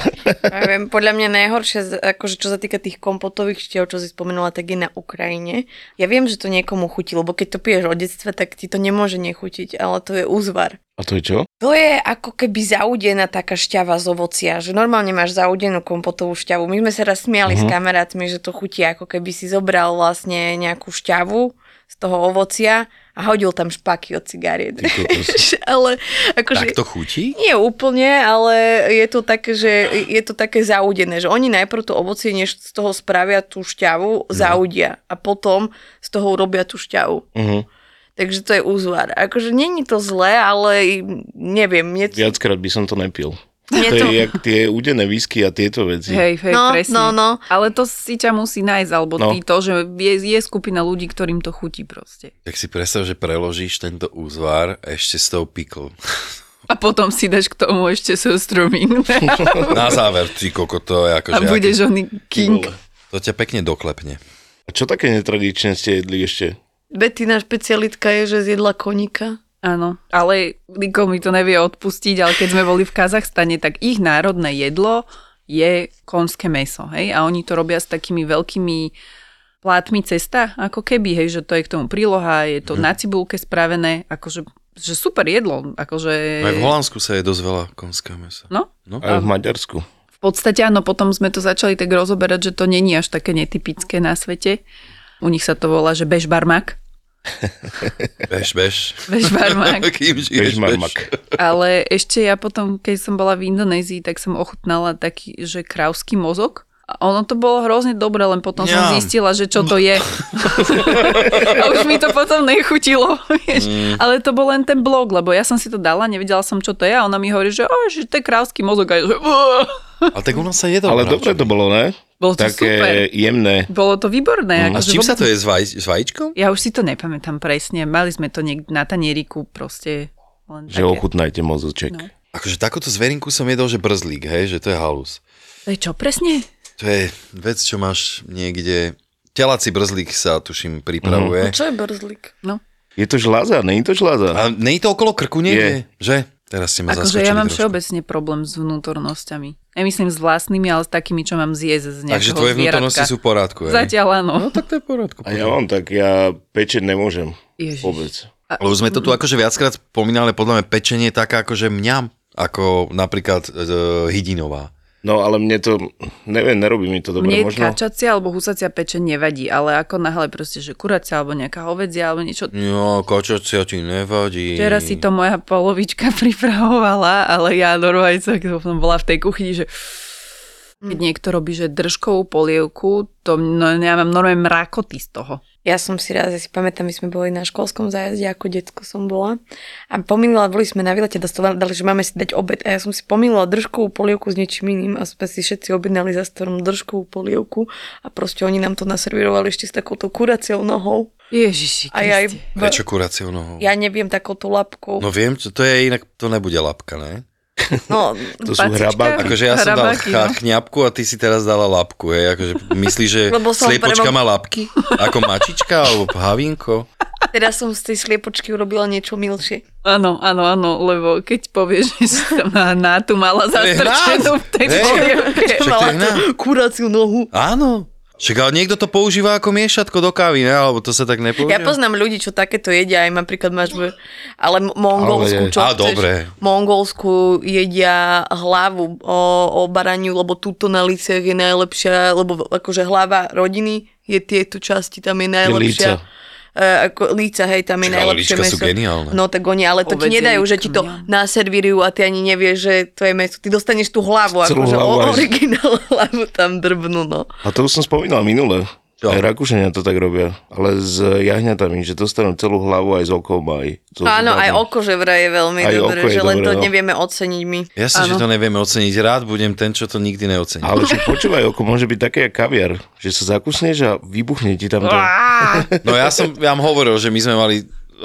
Speaker 11: Ja viem, podľa mňa najhoršie, z- akože čo sa týka tých kompotových štiev, čo si spomenula, tak je na Ukrajine. Ja viem, že to niekomu chutí, lebo keď to piješ od detstva, tak ti to nemôže nechutiť, ale to je úzvar.
Speaker 9: A to je čo?
Speaker 11: To je ako keby zaudená taká šťava z ovocia, že normálne máš zaudenú kompotovú šťavu. My sme sa raz smiali
Speaker 9: Mhm.
Speaker 11: s kamarátmi, že to chutí ako keby si zobral vlastne nejakú šťavu z toho ovocia a hodil tam špaky od cigariet.
Speaker 10: Ty
Speaker 6: *laughs*
Speaker 10: kokos.
Speaker 11: *laughs* ale akože...
Speaker 10: Tak to chutí?
Speaker 11: Nie úplne, ale je to také, že je to také zaudené, že oni najprv to ovocie, než z toho spravia tú šťavu, zaudia a potom z toho urobia tú šťavu.
Speaker 9: Mhm.
Speaker 11: Takže to je úzvar. Akože není to zlé, ale i- neviem. Mne...
Speaker 9: Viackrát by som to nepil.
Speaker 11: Je
Speaker 9: to,
Speaker 11: to-
Speaker 9: je jak tie udené whisky a tieto veci.
Speaker 6: Hej, hej,
Speaker 11: No,
Speaker 6: presne.
Speaker 11: no, no.
Speaker 6: Ale to si ťa musí nájsť, alebo no.
Speaker 9: No.
Speaker 6: ty to, že je, je skupina ľudí, ktorým to chutí proste.
Speaker 10: Tak si predstav, že preložíš tento úzvar ešte s tou piklou.
Speaker 6: A potom si dáš k tomu ešte
Speaker 10: *laughs*
Speaker 6: sostroming.
Speaker 10: Na záver, ty koko, to je akože...
Speaker 6: A budeš
Speaker 10: aký-
Speaker 6: oný king.
Speaker 10: To ťa pekne doklepne.
Speaker 9: A čo také netradičné ste jedli ešte?
Speaker 11: Betina špecialitka je, že zjedla koníka.
Speaker 6: Áno, ale Liko mi to nevie odpustiť, ale keď sme boli v Kazachstane, tak ich národné jedlo je konské meso, hej? A oni to robia s takými veľkými plátmi cesta, ako keby, hej, že to je k tomu príloha, je
Speaker 10: Mhm.
Speaker 6: to na cibulke spravené, akože že super jedlo, akože...
Speaker 10: Aj v Holandsku sa je dosť veľa konského mesa.
Speaker 6: No,
Speaker 10: No.
Speaker 9: Aj v Maďarsku.
Speaker 6: v podstate áno, potom sme to začali tak rozoberať, že to není až také netypické na svete. U nich sa to volá, že bežbarmak.
Speaker 10: Bež, bež.
Speaker 6: Bežbarmak.
Speaker 10: *laughs* Kým žiješ, bež.
Speaker 9: Bežmarmak.
Speaker 6: Ale ešte ja potom, keď som bola v Indonézii, tak som ochutnala taký, že krávsky mozog. A ono to bolo hrozne dobre, len potom som
Speaker 10: Ňam.
Speaker 6: zistila, že čo to je.
Speaker 10: *laughs*
Speaker 6: a už mi to potom nechutilo. Vieš.
Speaker 10: Mm.
Speaker 6: Ale to bol len ten blog, lebo ja som si to dala, nevedela som, čo to je a ona mi hovorí, že, o, že to je krávsky mozog. A ja, že, "Uá."
Speaker 10: Ale tak u nás sa je
Speaker 9: Ale dobre to bolo, ne?
Speaker 6: Bolo to
Speaker 9: Také
Speaker 6: super.
Speaker 9: jemné.
Speaker 6: bolo to výborné.
Speaker 10: Mm. A
Speaker 6: akože
Speaker 10: s čím sa
Speaker 6: vôbec-
Speaker 10: to je? S, vaj, s vajíčkom?
Speaker 6: Ja už si to nepamätám presne. Mali sme to niekde na tanieriku proste. Len
Speaker 9: Že
Speaker 6: také.
Speaker 9: ochutnajte mozoček.
Speaker 6: No.
Speaker 10: Akože takúto zverinku som jedol, že brzlík, hej, že to je halus.
Speaker 6: To je čo presne?
Speaker 10: To je vec, čo máš niekde... Telací brzlík sa,
Speaker 6: Mhm.
Speaker 10: tuším, pripravuje.
Speaker 11: Čo je brzlik?
Speaker 6: No,
Speaker 9: Je to žláza, není to žláza?
Speaker 10: A nie je to okolo krku niekde? Že? Teraz ste ma
Speaker 6: Akože
Speaker 10: zaskočili
Speaker 6: ja mám
Speaker 10: trošku.
Speaker 6: všeobecne problém s vnútornosťami. Nemyslím s vlastnými, ale s takými, čo mám zjesť z nejakého
Speaker 10: Takže tvoje vnútornosti
Speaker 6: zvieratka.
Speaker 10: sú v poriadku, hej?
Speaker 6: Zatiaľ áno.
Speaker 10: No tak to je v poriadku.
Speaker 9: A ja mám tak, ja pečeť nemôžem.
Speaker 6: Ježiš.
Speaker 9: Vôbec.
Speaker 10: Lebo sme to tu akože viackrát spomínali, podľa mňa pečenie je taká akože mňam, ako napríklad e, hydinová.
Speaker 9: No ale mne to, neviem, nerobí mi to dobre.
Speaker 6: Mne
Speaker 9: možno...
Speaker 6: kačacia alebo husacia pečeň nevadí, ale ako nahlé proste, že kuracia alebo nejaká hovedzia alebo niečo.
Speaker 10: Jo, kočocia ti nevadí.
Speaker 6: Včera si to moja polovička *laughs* pripravovala, ale ja normálne som keď som bola v tej kuchyni, že keď niekto robí, že držkovú polievku, to no, ja mám normálne mrakoty z toho.
Speaker 11: Ja som si raz, ja si pamätám, my sme boli na školskom zájazde, ako detko som bola. A pomýlila, boli sme na výlete, dostala- dali, že máme si dať obed. A ja som si pomýlila držkovú polievku s niečím iným a sme si všetci objednali za storom držkovú polievku a proste oni nám to naservírovali ešte s takouto kuraciou nohou.
Speaker 6: Ježiši
Speaker 11: A ja,
Speaker 6: Kriste.
Speaker 10: Prečo kuraciou nohou?
Speaker 11: ja neviem takouto labkou.
Speaker 10: No viem, to, to je inak, to nebude lapka, ne?
Speaker 11: No,
Speaker 9: To sú
Speaker 6: Pacička?
Speaker 9: hrabáky.
Speaker 10: Akože ja som dal
Speaker 6: Hrabáky,
Speaker 10: ch-
Speaker 6: no.
Speaker 10: chňapku a ty si teraz dala lapku, hej? Akože myslíš, že
Speaker 11: *laughs* Lebo som
Speaker 10: sliepočka
Speaker 11: prvom-
Speaker 10: má lapky? Ako mačička alebo havinko?
Speaker 11: teraz teda som z tej sliepočky urobila niečo milšie.
Speaker 6: Áno, áno, áno, lebo keď povieš, *laughs* že si tam na, na tú mala
Speaker 10: je
Speaker 6: zastrčenú
Speaker 10: hnás.
Speaker 6: v tej
Speaker 10: Hej.
Speaker 6: polievke.
Speaker 10: Však to je
Speaker 11: Mala
Speaker 10: hná.
Speaker 11: tú kuraciu nohu.
Speaker 10: Áno. Však ale niekto to používa ako miešatko do kávy, ne? Alebo to sa tak nepoužíva?
Speaker 11: Ja poznám ľudí, čo takéto jedia, aj napríklad máš, v- ale m-
Speaker 9: Ale-
Speaker 11: mongolsku, čo
Speaker 10: Á,
Speaker 11: chceš,
Speaker 10: dobre.
Speaker 11: mongolsku jedia hlavu o, o baraniu, lebo túto na liciach je najlepšia, lebo akože hlava rodiny je tieto časti, tam je najlepšia.
Speaker 9: líca.
Speaker 11: E, ako líca, hej, tam
Speaker 10: Čiže,
Speaker 11: je
Speaker 10: ale
Speaker 11: najlepšie
Speaker 10: líčka sú
Speaker 11: meso.
Speaker 10: geniálne.
Speaker 11: No tak oni, ale to ti
Speaker 6: Ovedzie
Speaker 11: nedajú, že
Speaker 6: líčka,
Speaker 11: ti to
Speaker 6: mňam.
Speaker 11: naservírujú a ty ani nevieš, že to je meso. Ty dostaneš tú hlavu,
Speaker 9: Celú
Speaker 11: akože
Speaker 9: hlavu
Speaker 11: o-
Speaker 9: aj.
Speaker 11: originál *laughs* hlavu tam drbnú, no.
Speaker 9: A to už som spomínal minule.
Speaker 10: Čo?
Speaker 9: Aj Rakúšania to tak robia, ale s jahňatami, že dostanú celú hlavu aj z okom, aj zo
Speaker 11: Áno, aj
Speaker 9: zubami.
Speaker 11: oko, že vraj je veľmi
Speaker 9: Aj
Speaker 11: dobré,
Speaker 9: oko je
Speaker 11: že len
Speaker 9: dobré,
Speaker 11: to
Speaker 9: no.
Speaker 11: nevieme oceniť my.
Speaker 10: Jasne, že to nevieme oceniť. Rád budem ten, čo to nikdy neocení.
Speaker 9: Ale že počúvaj, oko môže byť také jak kaviar, že sa zakusneš a vybuchne ti tam to.
Speaker 10: No ja som vám hovoril, že my sme mali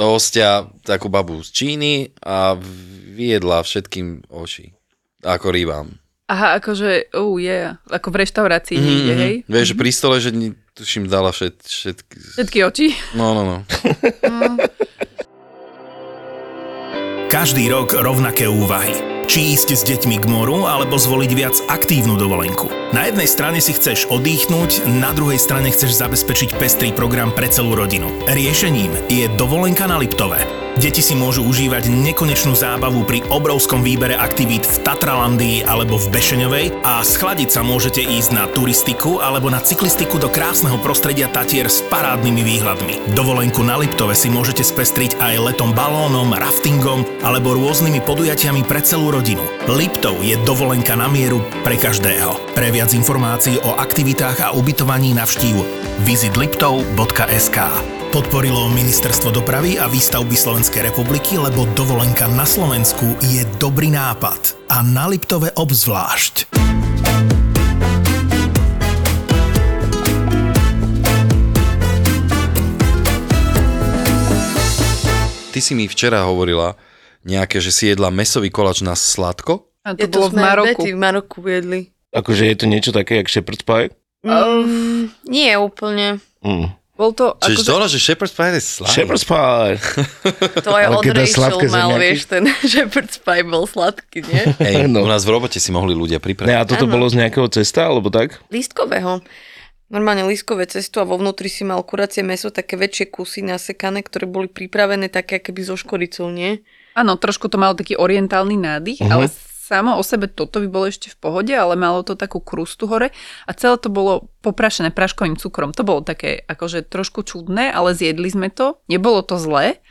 Speaker 10: hostia takú babu z Číny a vyjedla všetkým oči. Ako rýbam.
Speaker 6: Aha, akože, oh yeah, ako v reštaurácii niekde, hej?
Speaker 10: Vieš, že pri stole, že ni- tuším dala všet, všetky...
Speaker 6: Všetky oči.
Speaker 10: No, no, no.
Speaker 2: Každý rok rovnaké úvahy. Či ísť s deťmi k moru, alebo zvoliť viac aktívnu dovolenku. Na jednej strane si chceš odýchnuť, na druhej strane chceš zabezpečiť pestrý program pre celú rodinu. Riešením je dovolenka na Liptove. Deti si môžu užívať nekonečnú zábavu pri obrovskom výbere aktivít v Tatralandii alebo v Bešeňovej a schladiť sa môžete ísť na turistiku alebo na cyklistiku do krásneho prostredia Tatier s parádnymi výhľadmi. Dovolenku na Liptove si môžete spestriť aj letom balónom, raftingom alebo rôznymi podujatiami pre celú rodinu. Liptov je dovolenka na mieru pre každého. Pre viac informácií o aktivitách a ubytovaní navštív vizitliptov.sk Podporilo Ministerstvo dopravy a výstavby Slovenskej republiky, lebo dovolenka na Slovensku je dobrý nápad. A na Liptove obzvlášť.
Speaker 10: Ty si mi včera hovorila nejaké, že si jedla mesový kolač na sladko?
Speaker 6: A to, ja to bolo v Maroku.
Speaker 11: v Maroku jedli.
Speaker 9: Akože je to niečo také, jak shepherd's pie?
Speaker 11: Um, nie úplne.
Speaker 9: Mm.
Speaker 11: Bol to...
Speaker 10: Čiže to, že shepherd's pie je slaný.
Speaker 9: Shepherd's pie.
Speaker 11: To aj
Speaker 9: Ale
Speaker 11: od
Speaker 9: keď dá
Speaker 11: Rachel
Speaker 9: sladké
Speaker 11: mal,
Speaker 9: zemiaky?
Speaker 11: vieš, ten *laughs* shepherd's pie bol sladký, *laughs* nie?
Speaker 10: Hej, no. u nás v robote si mohli ľudia pripraviť.
Speaker 9: Ne, a toto
Speaker 11: Áno.
Speaker 9: bolo z nejakého cesta, alebo tak?
Speaker 11: Lístkového. Normálne lístkové cesto a vo vnútri si mal kuracie meso, také väčšie kusy nasekané, ktoré boli pripravené také akoby so škoricou, nie?
Speaker 6: Áno, trošku to malo taký orientálny nádych,
Speaker 11: Mhm.
Speaker 6: ale samo o sebe toto by bolo ešte v pohode, ale malo to takú krustu hore a celé to bolo poprašené práškovým cukrom. To bolo také akože trošku čudné, ale zjedli sme to. Nebolo to zlé,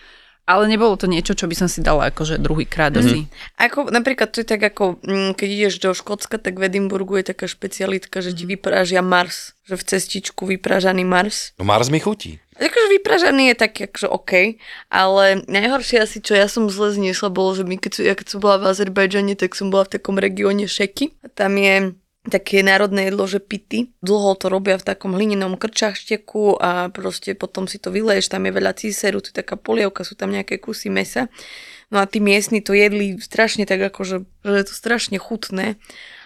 Speaker 6: ale nebolo to niečo, čo by som si dala akože druhýkrát mm-hmm. asi.
Speaker 11: Ako, napríklad to je tak ako, mm, keď ideš do Škótska, tak v Edimburgu je taká špecialitka, že ti vyprážia Mars. Že v cestičku vyprážaný Mars.
Speaker 10: No Mars mi chutí.
Speaker 11: Akože vypražaný je tak, akože OK, ale najhoršie asi, čo ja som zle zniesla, bolo, že my, keď, som- ja keď som bola v Azerbajdžane, tak som bola v takom regióne Šeky. A tam je také národné jedlo, že pity. Dlho to robia v takom hlinenom krčašteku a proste potom si to vyleješ, tam je veľa císeru, to je taká polievka, sú tam nejaké kusy mesa. No a tí miestni to jedli strašne tak akože, že je to strašne chutné.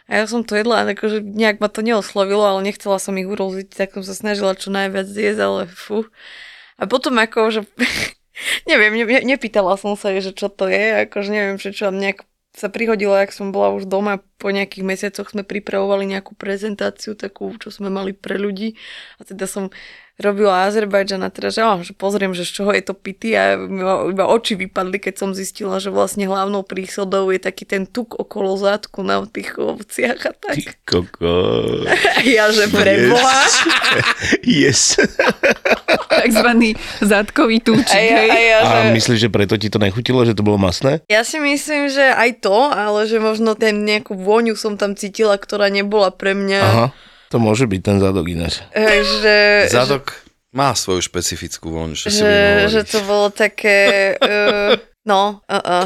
Speaker 11: A ja som to jedla, a akože nejak ma to neoslovilo, ale nechcela som ich uroziť, tak som sa snažila čo najviac zjesť, ale fú. A potom ako, že *laughs* neviem, ne, ne- nepýtala som sa, že čo to je, akože neviem, že čo nejak sa prihodilo, ak som bola už doma, po nejakých mesiacoch sme pripravovali nejakú prezentáciu takú, čo sme mali pre ľudí a teda som robila Azerbajdžan a teda, že, oh, že pozriem, že z čoho je to pity a iba, iba oči vypadli, keď som zistila, že vlastne hlavnou prísodou je taký ten tuk okolo zátku na tých ovciach a tak.
Speaker 9: Koko.
Speaker 11: A ja, že preboha.
Speaker 9: Yes. *laughs*
Speaker 6: Takzvaný zadkový túčik.
Speaker 11: A ja,
Speaker 6: hej? *laughs*
Speaker 11: a ja, že...
Speaker 9: A myslíš, že preto ti to nechutilo, že to bolo masné?
Speaker 11: Ja si myslím, že aj to, ale že možno ten nejakú vôňu som tam cítila, ktorá nebola pre mňa.
Speaker 9: Aha. To môže byť ten zadok ináč.
Speaker 11: E, Že,
Speaker 10: Zadok má svoju špecifickú voň, čo
Speaker 11: že,
Speaker 10: si
Speaker 11: že, že to bolo také... Uh, no, uh, uh.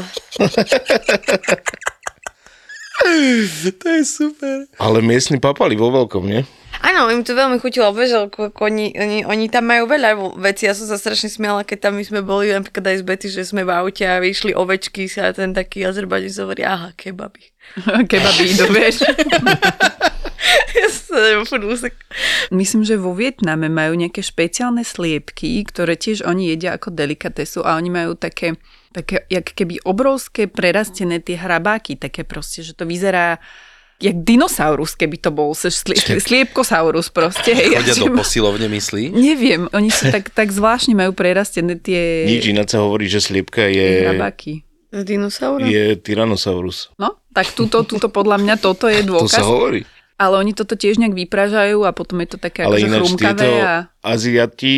Speaker 10: To je super.
Speaker 9: Ale miestni papali vo veľkom, nie?
Speaker 11: Áno, im to veľmi chutilo, vieš, ako ako oni, oni, oni tam majú veľa vo- vecí. Ja som sa strašne smiala, keď tam my sme boli napríklad aj z Betty, že sme v aute a vyšli ovečky sa a ten taký Azerbajdžan hovorí, aha, kebaby. *laughs*
Speaker 6: Kebaby, no vieš.
Speaker 11: ja som furt úsek.
Speaker 6: Myslím, že vo Vietname majú nejaké špeciálne sliepky, ktoré tiež oni jedia ako delikatesu a oni majú také, také jak keby obrovské prerastené tie hrabáky, také proste, že to vyzerá jak dinosaurus, keby to bol se šli, sliepkosaurus proste. hej,
Speaker 10: Chodia
Speaker 6: ja
Speaker 10: do
Speaker 6: že-
Speaker 10: posilovne, myslí?
Speaker 6: Neviem, oni sú
Speaker 9: *laughs*
Speaker 6: tak, tak zvláštne majú prerastené tie
Speaker 9: Nič ináč sa hovorí, že sliepka je,
Speaker 6: hrabáky.
Speaker 11: Z dinosaura?
Speaker 9: je Tyrannosaurus.
Speaker 6: No, tak túto, túto podľa mňa toto je
Speaker 9: *laughs* To
Speaker 6: dôkaz.
Speaker 9: sa hovorí.
Speaker 6: Ale oni toto tiež nejak vypražajú a potom je to také
Speaker 9: Ale
Speaker 6: akože
Speaker 9: ináč
Speaker 6: chrumkavé
Speaker 9: tieto
Speaker 6: a...
Speaker 9: Aziati,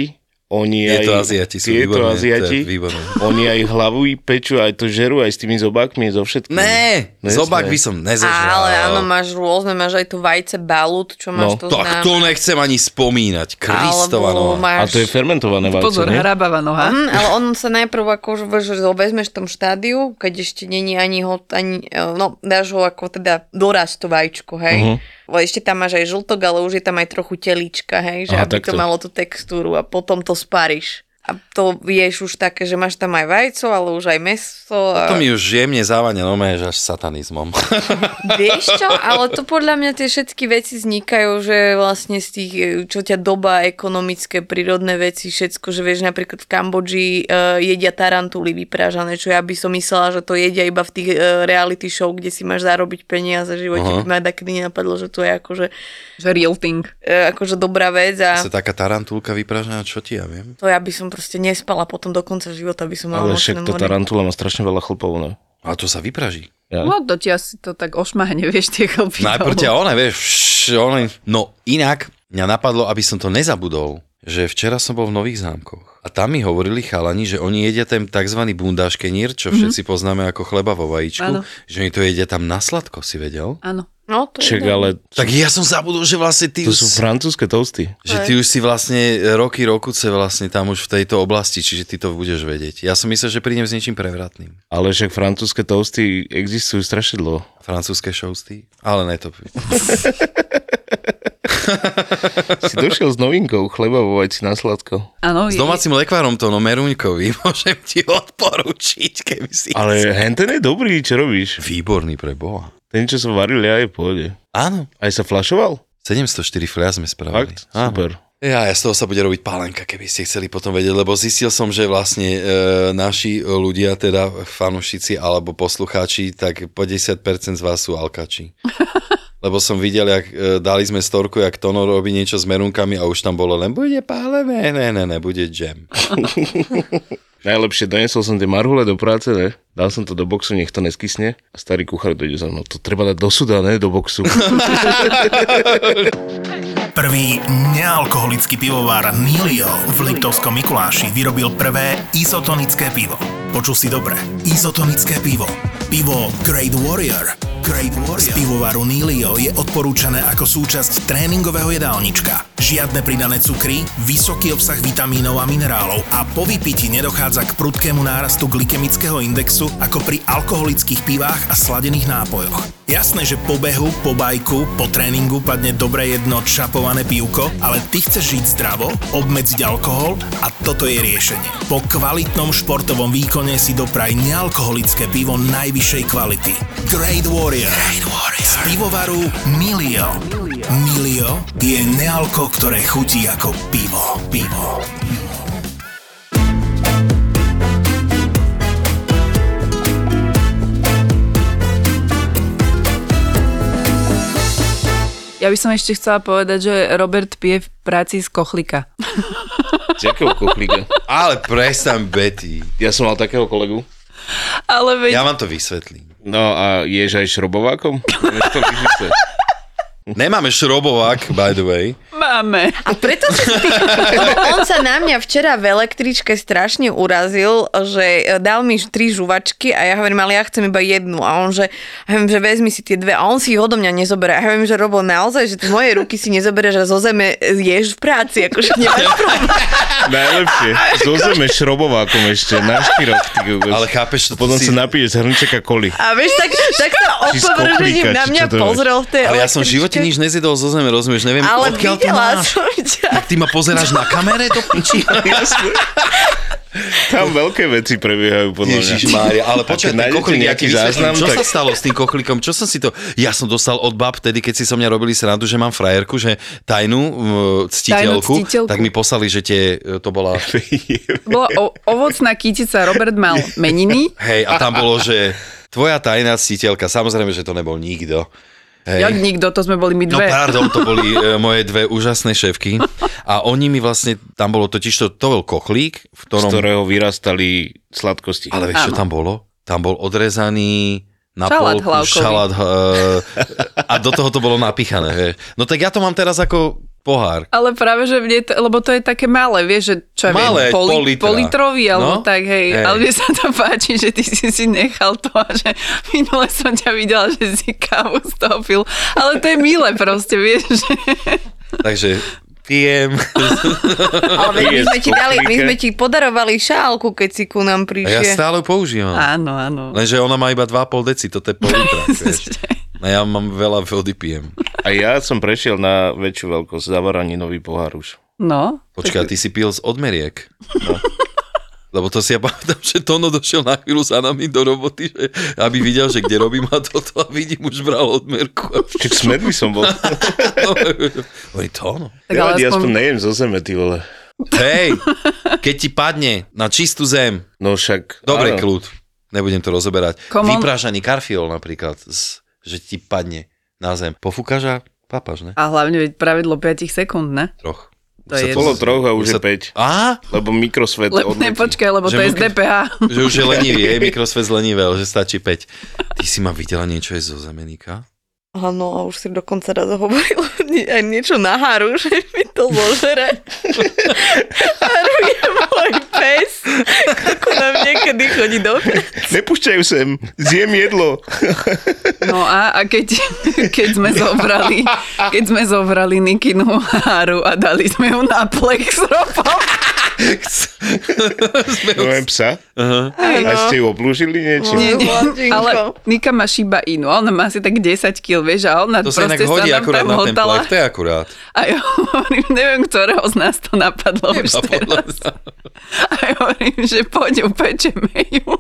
Speaker 9: oni
Speaker 10: Tieto
Speaker 9: aj...
Speaker 10: Aziati sú
Speaker 9: tieto
Speaker 10: výborné, to je
Speaker 9: Aziati,
Speaker 10: výborné.
Speaker 9: oni aj hlavu i peču, aj to žerú, aj s tými zobákmi, so všetkým. No
Speaker 10: Ne,
Speaker 9: jasné.
Speaker 10: zobák by som nezožral.
Speaker 11: Ale áno, máš rôzne, máš aj to vajce balut, čo máš
Speaker 9: No,
Speaker 11: to
Speaker 10: Tak
Speaker 11: znám.
Speaker 10: to nechcem ani spomínať. no.
Speaker 11: Alebo
Speaker 10: Kristovaná.
Speaker 11: máš-
Speaker 9: A to je fermentované vajce,
Speaker 6: Pozor,
Speaker 9: nie?
Speaker 6: hrabáva noha.
Speaker 11: Mm, ale on sa najprv ako že ho vezmeš v tom štádiu, keď ešte není ani ho, ani, e, no dáš ho ako teda doraz to vajíčko, hej.
Speaker 9: Mhm.
Speaker 11: Uh-huh. Ešte tam máš aj žltok, ale už je tam aj trochu telička, hej, že
Speaker 9: Aha,
Speaker 11: Aha, aby
Speaker 9: takto.
Speaker 11: to malo tú textúru a potom to sparíš. A to vieš už také, že máš tam aj vajco, ale už aj meso. A...
Speaker 10: To mi už jemne závania nome, že až satanizmom. *laughs*
Speaker 11: Vieš čo, ale to podľa mňa tie všetky veci vznikajú, že vlastne z tých, e, čo ťa doba, ekonomické, prírodné veci, všetko, že vieš, napríklad v Kambodži uh, jedia tarantuly vyprážané, čo ja by som myslela, že to jedia iba v tých uh, reality show, kde si máš zarobiť peniaze v živote,
Speaker 10: Aha.
Speaker 11: by ma takedy nenapadlo, že to je akože,
Speaker 6: Že real thing.
Speaker 11: uh, akože dobrá vec a
Speaker 10: Sa taká tarantulka vypražená, čo ti ja viem?
Speaker 11: to ja by som proste nespala potom do konca života, by
Speaker 6: No,
Speaker 11: som mala
Speaker 9: Ale
Speaker 11: nočné
Speaker 9: však to
Speaker 11: more.
Speaker 9: tarantula má strašne veľa chlpov, no. ne?
Speaker 10: A to sa vypraží.
Speaker 9: Ja.
Speaker 6: No to ti asi to tak ošmahne, vieš, tie chlpy.
Speaker 10: Najprv ťa ona, vieš, vš- ona... No inak, mňa napadlo, aby som to nezabudol, že včera som bol v Nových zámkoch a tam mi hovorili chalani, že oni jedia ten tzv. bundáškenír, čo všetci poznáme ako chleba vo vajíčku,
Speaker 6: Áno.
Speaker 10: že oni to jedia tam na sladko, si vedel?
Speaker 6: Áno.
Speaker 11: No, to
Speaker 9: Čak,
Speaker 11: je...
Speaker 9: ale
Speaker 10: Tak ja som zabudol, že vlastne ty
Speaker 9: to
Speaker 10: už...
Speaker 9: sú francúzske toasty.
Speaker 10: Že ty už si vlastne roky, rokuce vlastne tam už v tejto oblasti, čiže ty to budeš vedieť. Ja som myslel, že prídem s niečím prevratným.
Speaker 9: Ale však francúzske toasty existujú strašne dlho.
Speaker 10: Francúzske showsty? Ale ne to. *laughs*
Speaker 9: si došiel s novinkou chleba vo vajci na sladko.
Speaker 6: Áno,
Speaker 10: S domácim lekvárom to, no Meruňkovi, *laughs* môžem ti odporučiť, keby si...
Speaker 9: Ale hen ten je dobrý, čo robíš?
Speaker 10: Výborný pre Boha.
Speaker 9: Ten, čo som varil, ja je pohode.
Speaker 10: Áno.
Speaker 9: Aj sa flašoval?
Speaker 10: 704 fľa sme spravili.
Speaker 9: Fakt? Super.
Speaker 10: Ja, ja z toho sa bude robiť pálenka, keby ste chceli potom vedieť, lebo zistil som, že vlastne e, naši ľudia, teda fanúšici alebo poslucháči, tak po 10% z vás sú alkači.
Speaker 11: *laughs*
Speaker 10: Lebo som videl, jak e, dali sme storku, jak Tono robí niečo s merunkami a už tam bolo len bude pálené, ne, ne, ne, bude džem.
Speaker 9: Najlepšie, donesol som tie marhule do práce, ne? Dal som to do boxu, nech to neskysne. A starý kuchár dojde za mnou, to treba dať do suda, ne? Do boxu.
Speaker 2: Prvý nealkoholický pivovár Nilio v Liptovskom Mikuláši vyrobil prvé izotonické pivo. Počul si dobre. Izotonické pivo. Pivo Great Warrior. Great Warrior. Z pivovaru Nilio je odporúčané ako súčasť tréningového jedálnička. Žiadne pridané cukry, vysoký obsah vitamínov a minerálov a po vypiti nedochádza k prudkému nárastu glykemického indexu ako pri alkoholických pivách a sladených nápojoch. Jasné, že po behu, po bajku, po tréningu padne dobre jedno čapované pivko, ale ty chceš žiť zdravo, obmedziť alkohol a toto je riešenie. Po kvalitnom športovom výkone si dopraj nealkoholické pivo najvyššej kvality. Great Warrior. Great Warrior. Z pivovaru Milio. Milio je nealko, ktoré chutí ako pivo. Pivo.
Speaker 6: Ja by som ešte chcela povedať, že Robert pije v práci z kochlika. *laughs*
Speaker 9: Z jakého kochlíka?
Speaker 10: Ale prestan, Betty.
Speaker 9: Ja som mal takého kolegu.
Speaker 6: Ale veď...
Speaker 10: Ja vám to vysvetlím.
Speaker 9: No a ješ aj šrobovákom? Mesto lyžice.
Speaker 10: Nemáme šrobovák, by the way.
Speaker 6: Máme.
Speaker 11: A preto si ty... Lebo on sa na mňa včera v električke strašne urazil, že e, dal mi tri žuvačky a ja hovorím, ale ja chcem iba jednu. A on, že, ja hovorím, že vezmi si tie dve a on si ich odo mňa nezoberá. Ja hovorím, že Robo, naozaj, že z mojej ruky si nezoberieš a zo zeme e, ješ v práci. Akože
Speaker 10: *laughs*
Speaker 11: nemáš problém.
Speaker 9: Najlepšie. Zozeme šrobovákom ešte na štyroch. ty kokos.
Speaker 10: Ale chápeš, to
Speaker 9: Potom
Speaker 10: si-
Speaker 9: sa napiješ z hrnčeka koli.
Speaker 11: A vieš, tak, tak sa
Speaker 9: Či z
Speaker 11: opovržením
Speaker 9: kotlíka,
Speaker 11: na
Speaker 9: či
Speaker 11: mňa
Speaker 9: čo to je?
Speaker 11: pozrel v tej
Speaker 10: Ale ja som v živote
Speaker 11: električke.
Speaker 10: nič nezjedol zo zeme, rozumieš? Neviem,
Speaker 11: Ale
Speaker 10: odkiaľ to
Speaker 11: videla
Speaker 10: máš.
Speaker 11: som
Speaker 10: *laughs*
Speaker 11: ťa.
Speaker 10: Tak ty ma pozeráš na kamere do piči?
Speaker 11: *laughs*
Speaker 9: Tam veľké veci prebiehajú podľa mňa.
Speaker 10: Ježišmária,
Speaker 9: A
Speaker 10: ale
Speaker 9: keď
Speaker 10: počkaj, ten
Speaker 9: nájdete
Speaker 10: kochlik, ja ti
Speaker 9: nejaký
Speaker 10: záznam,
Speaker 9: záznam,
Speaker 10: čo
Speaker 9: tak
Speaker 10: sa stalo s tým kochlikom, čo som si to, ja som dostal od bab vtedy, keď si so mňa robili srandu, že mám frajerku, že tajnú uh, ctiteľku,
Speaker 6: ctiteľku.
Speaker 10: tak mi poslali, že tie, e, to
Speaker 9: *laughs*
Speaker 10: bola,
Speaker 6: Bola o, ovocná kytica, Robert
Speaker 10: *laughs*
Speaker 6: mal meniny.
Speaker 10: hej, a tam bolo, že tvoja tajná ctiteľka, samozrejme, že to nebol nikto. Hej.
Speaker 6: Ja nikto, to sme boli my
Speaker 10: No
Speaker 6: dve.
Speaker 10: pardon, to boli e, moje dve úžasné šéfky a oni mi vlastne, tam bolo totiž to, to bol kochlík, v
Speaker 9: z
Speaker 10: ktorom...
Speaker 9: ktorého vyrastali sladkosti.
Speaker 10: Ale vieš, čo tam bolo? Tam bol odrezaný na
Speaker 6: Šalát
Speaker 10: polku
Speaker 6: hlavkový.
Speaker 10: šalát e, a do toho to bolo napíchané, vieš. No tak ja to mám teraz ako pohár.
Speaker 6: Ale práve, že mne, to, lebo to je také malé, vieš, že čo ja viem,
Speaker 10: Malé, pol litra.
Speaker 6: politrový, alebo
Speaker 10: No.
Speaker 6: tak, hej.
Speaker 10: Hej.
Speaker 6: Ale mne sa to páči, že ty si si nechal to a že minule som ťa videla, že si kávu stopil. Ale to je milé proste, vieš, že...
Speaker 10: Takže
Speaker 6: *laughs*
Speaker 10: pijem.
Speaker 11: Ale veď my
Speaker 9: Je
Speaker 11: sme ti dali, my
Speaker 9: kotlíka.
Speaker 11: sme ti podarovali šálku, keď si ku nám
Speaker 10: A ja
Speaker 11: prišiel.
Speaker 10: stále ju používam.
Speaker 6: Áno, áno.
Speaker 10: Lenže ona má iba 2,5 deci, toto je pol
Speaker 6: *laughs*
Speaker 10: litra, vieš. A ja mám veľa vody pijem.
Speaker 9: A ja som prešiel na väčšiu veľkosť, zavaraný nový pohár už.
Speaker 6: No.
Speaker 10: Počkaj, ty si pil z odmeriek. No. Lebo to si ja pamätám, že Tono došiel na chvíľu za nami do roboty, že, aby videl, že kde robím a toto a vidím, už bral odmerku.
Speaker 6: *laughs*
Speaker 10: A
Speaker 9: Čiže smedný som bol.
Speaker 10: Hovorí, Tono,
Speaker 6: Tak
Speaker 9: ja
Speaker 6: ale
Speaker 9: aspoň... aspoň
Speaker 6: aspoň...
Speaker 9: nejem zo zeme, ty vole.
Speaker 10: Hej, keď ti padne na čistú zem,
Speaker 9: No však... áno.
Speaker 10: dobre kľud, nebudem to rozoberať.
Speaker 6: Come on.
Speaker 10: Vyprážaný karfiol napríklad, z, že ti padne na zem. Pofúkaš a papáš, ne?
Speaker 6: A hlavne veď pravidlo 5 sekúnd, ne?
Speaker 10: Troch.
Speaker 6: To
Speaker 10: Už sa
Speaker 6: je
Speaker 9: Bolo
Speaker 10: z-
Speaker 9: troch a
Speaker 10: už
Speaker 9: už je
Speaker 10: sa-
Speaker 9: 5.
Speaker 10: Á,
Speaker 9: Lebo mikrosvet
Speaker 6: Lebo, ne,
Speaker 9: odletí.
Speaker 6: počkaj, lebo
Speaker 10: Že
Speaker 6: to je z
Speaker 10: mu- *laughs*
Speaker 6: DPH.
Speaker 10: že už je lenivý, hej, mikrosvet zlenivel, že stačí 5. Ty si ma videla niečo aj zo zemeníka?
Speaker 11: Áno, a už si dokonca raz hovoril *laughs* nie- aj niečo na haru, *laughs* že mi to zožere. haru je môj pes, ako nám niekedy chodí do
Speaker 9: Nepúšťajú sem, zjem
Speaker 10: *laughs*
Speaker 9: jedlo.
Speaker 6: No a, a keď, *laughs* keď, sme zobrali, keď sme zobrali Nikinu háru a dali sme ju na plex ropom.
Speaker 9: Novém No, psa? Uh-huh. A ste ju oblúžili
Speaker 6: No.
Speaker 9: niečím?
Speaker 6: Nie, nie. Ale Nika má šiba inu, ona má asi tak 10 kg, vieš, a ona
Speaker 10: To sa inak
Speaker 6: proste
Speaker 10: hodí
Speaker 6: nám
Speaker 10: akurát
Speaker 6: tam
Speaker 10: na ten
Speaker 6: hotala.
Speaker 10: plak, to je akurát. *laughs*
Speaker 6: A ja hovorím, neviem, ktorého z nás to napadlo už
Speaker 10: Napadlo
Speaker 6: teraz. A ja hovorím, že poď, upečeme ju.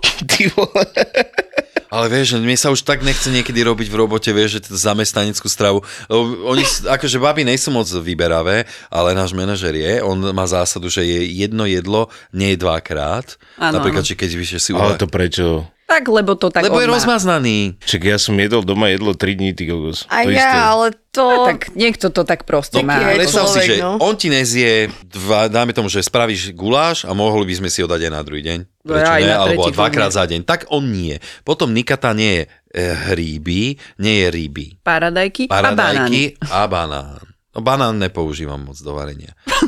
Speaker 10: Ale vieš, že mne sa už tak nechce niekedy robiť v robote, vieš, že tú zamestnaneckú stravu. Lebo oni, s- akože baby nejsú moc vyberavé, ale náš manažer je, on má zásadu, že je jedno jedlo, nie je dvakrát.
Speaker 6: Áno,
Speaker 10: Napríklad,
Speaker 6: áno.
Speaker 10: že keď vyše si
Speaker 9: Ale to prečo?
Speaker 6: Tak, lebo to tak on
Speaker 10: Lebo je
Speaker 6: má.
Speaker 10: rozmaznaný.
Speaker 9: Čak ja som jedol doma jedlo 3 dní, ty kokos.
Speaker 11: A
Speaker 9: to isté.
Speaker 11: ja, ale
Speaker 6: No,
Speaker 11: to...
Speaker 6: tak niekto to tak proste
Speaker 11: No,
Speaker 6: má.
Speaker 11: je
Speaker 6: ako-
Speaker 10: Predstav si,
Speaker 11: človek,
Speaker 10: že
Speaker 11: no.
Speaker 10: on ti nezie, dva, dáme tomu, že spravíš guláš a mohli by sme si ho dať aj na druhý deň.
Speaker 6: No,
Speaker 10: Prečo
Speaker 6: aj
Speaker 10: ne?
Speaker 6: na
Speaker 10: Alebo
Speaker 6: tretí
Speaker 10: dvakrát
Speaker 6: kľudne.
Speaker 10: za deň. Tak on nie. Potom nikata nie je e, hríby, nie je ryby.
Speaker 6: Paradajky, a banány.
Speaker 10: Paradajky a banán. No banán nepoužívam moc do varenia. *laughs*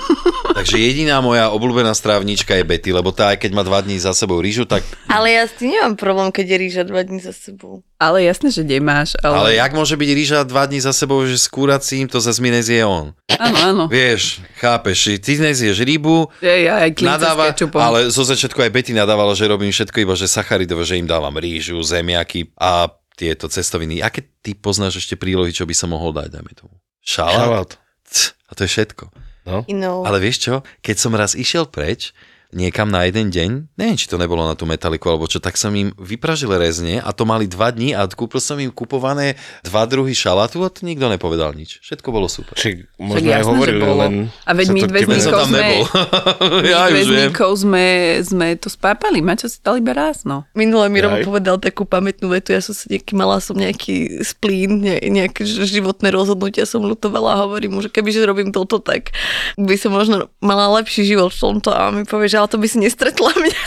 Speaker 10: Takže jediná moja obľúbená strávnička je Betty, lebo tá aj keď má dva dní za sebou rýžu, tak...
Speaker 11: Ale ja s tým nemám problém, keď je rýža dva dní za sebou.
Speaker 6: Ale jasné, že nemáš.
Speaker 10: Ale
Speaker 6: Ale,
Speaker 10: jak môže byť rýža dva dní za sebou, že s kuracím to zase mi nezie on.
Speaker 6: Áno, áno.
Speaker 10: Vieš, chápeš, že ty nezieš rybu,
Speaker 6: Ej, aj, aj klíce s
Speaker 10: nadáva,
Speaker 6: kečupom.
Speaker 10: ale zo začiatku aj Betty nadávala, že robím všetko iba, že sacharidové, že im dávam rýžu, zemiaky a tieto cestoviny. Aké ty poznáš ešte prílohy, čo by som mohol dať, dajme tomu? Šalát?
Speaker 9: Šalát.
Speaker 10: Č, a to je všetko.
Speaker 9: No.
Speaker 11: Inou.
Speaker 10: Ale vieš čo, keď som raz išiel preč, niekam na jeden deň, neviem, či to nebolo na tú metaliku alebo čo, tak som im vypražil rezne a to mali dva dní a kúpil som im kupované dva druhy šalátu a to nikto nepovedal nič. Všetko bolo super.
Speaker 9: Čiže
Speaker 6: Však
Speaker 9: možno aj
Speaker 6: jasné, že
Speaker 9: hovorili,
Speaker 6: bolo.
Speaker 9: len...
Speaker 6: A veď
Speaker 9: sa
Speaker 6: my
Speaker 9: to
Speaker 6: dve z
Speaker 9: tebe
Speaker 10: Ja som
Speaker 6: Nikov
Speaker 10: tam
Speaker 6: sme...
Speaker 10: nebol. *laughs* ja už viem.
Speaker 6: Väzníkov sme, sme to spápali. Maťo si dal iba raz, no.
Speaker 11: Minule mi Robo
Speaker 9: Aj.
Speaker 11: povedal takú pamätnú vetu, ja som si nejaký, mala som nejaký splín, ne, nejaké ž- životné rozhodnutia som lutovala a hovorím mu, že keby že robím toto, tak by som možno mala lepší život v tomto a on mi povie, že ale to by si nestretla mňa.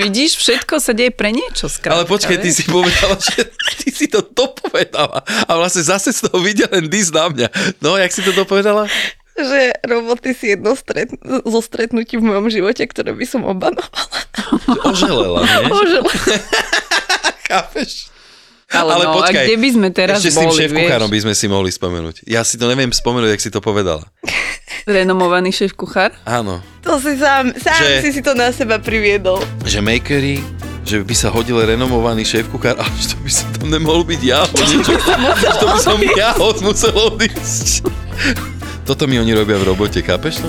Speaker 6: Vidíš, všetko sa deje pre niečo. Skrátka,
Speaker 10: Ale počkaj, ty si povedala, *laughs* že ty si to dopovedala a vlastne zase z toho vidia len dis na mňa. No, jak si to dopovedala?
Speaker 11: že roboty si jedno stret, zo stretnutí v mojom živote, ktoré by som obanovala. *laughs*
Speaker 6: *laughs*
Speaker 10: Oželela, nie? *laughs*
Speaker 11: Bože,
Speaker 10: Chápeš?
Speaker 6: Ale, ale no, počkaj, a kde by sme teraz
Speaker 10: ešte s tým
Speaker 6: boli,
Speaker 10: šéf-kuchárom
Speaker 6: vieš?
Speaker 10: by sme si mohli spomenúť. Ja si to neviem spomenúť, jak si to povedala.
Speaker 6: Renomovaný šéf-kuchár?
Speaker 10: Áno.
Speaker 11: to si sám, sám
Speaker 10: Že-
Speaker 11: že... si si to na seba priviedol.
Speaker 10: že makery, že by sa hodil renomovaný šéf kuchár, ale že to by sa tam nemohol byť ja. o niečo. Že to by som ja od musel odísť. Toto mi oni robia v robote, chápeš to?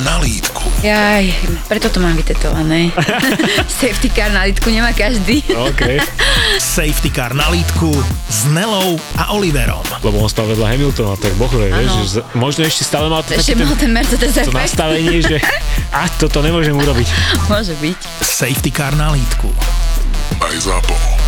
Speaker 2: na lítku.
Speaker 13: Jaj, preto to mám vytetované. Safety car na lítku nemá každý.
Speaker 14: No,
Speaker 2: Safety Car na lítku s Nelou a Oliverom.
Speaker 14: Lebo on stal vedľa Hamiltona, tak bohle, vieš,
Speaker 13: Áno.
Speaker 14: že z- možno ešte stále mal to,
Speaker 13: Ešte mal ten Mercedes
Speaker 14: to
Speaker 13: efekt.
Speaker 14: nastavenie, že a toto nemôžem urobiť.
Speaker 13: Môže byť.
Speaker 2: Safety Car na lítku.
Speaker 15: Aj ZAPO.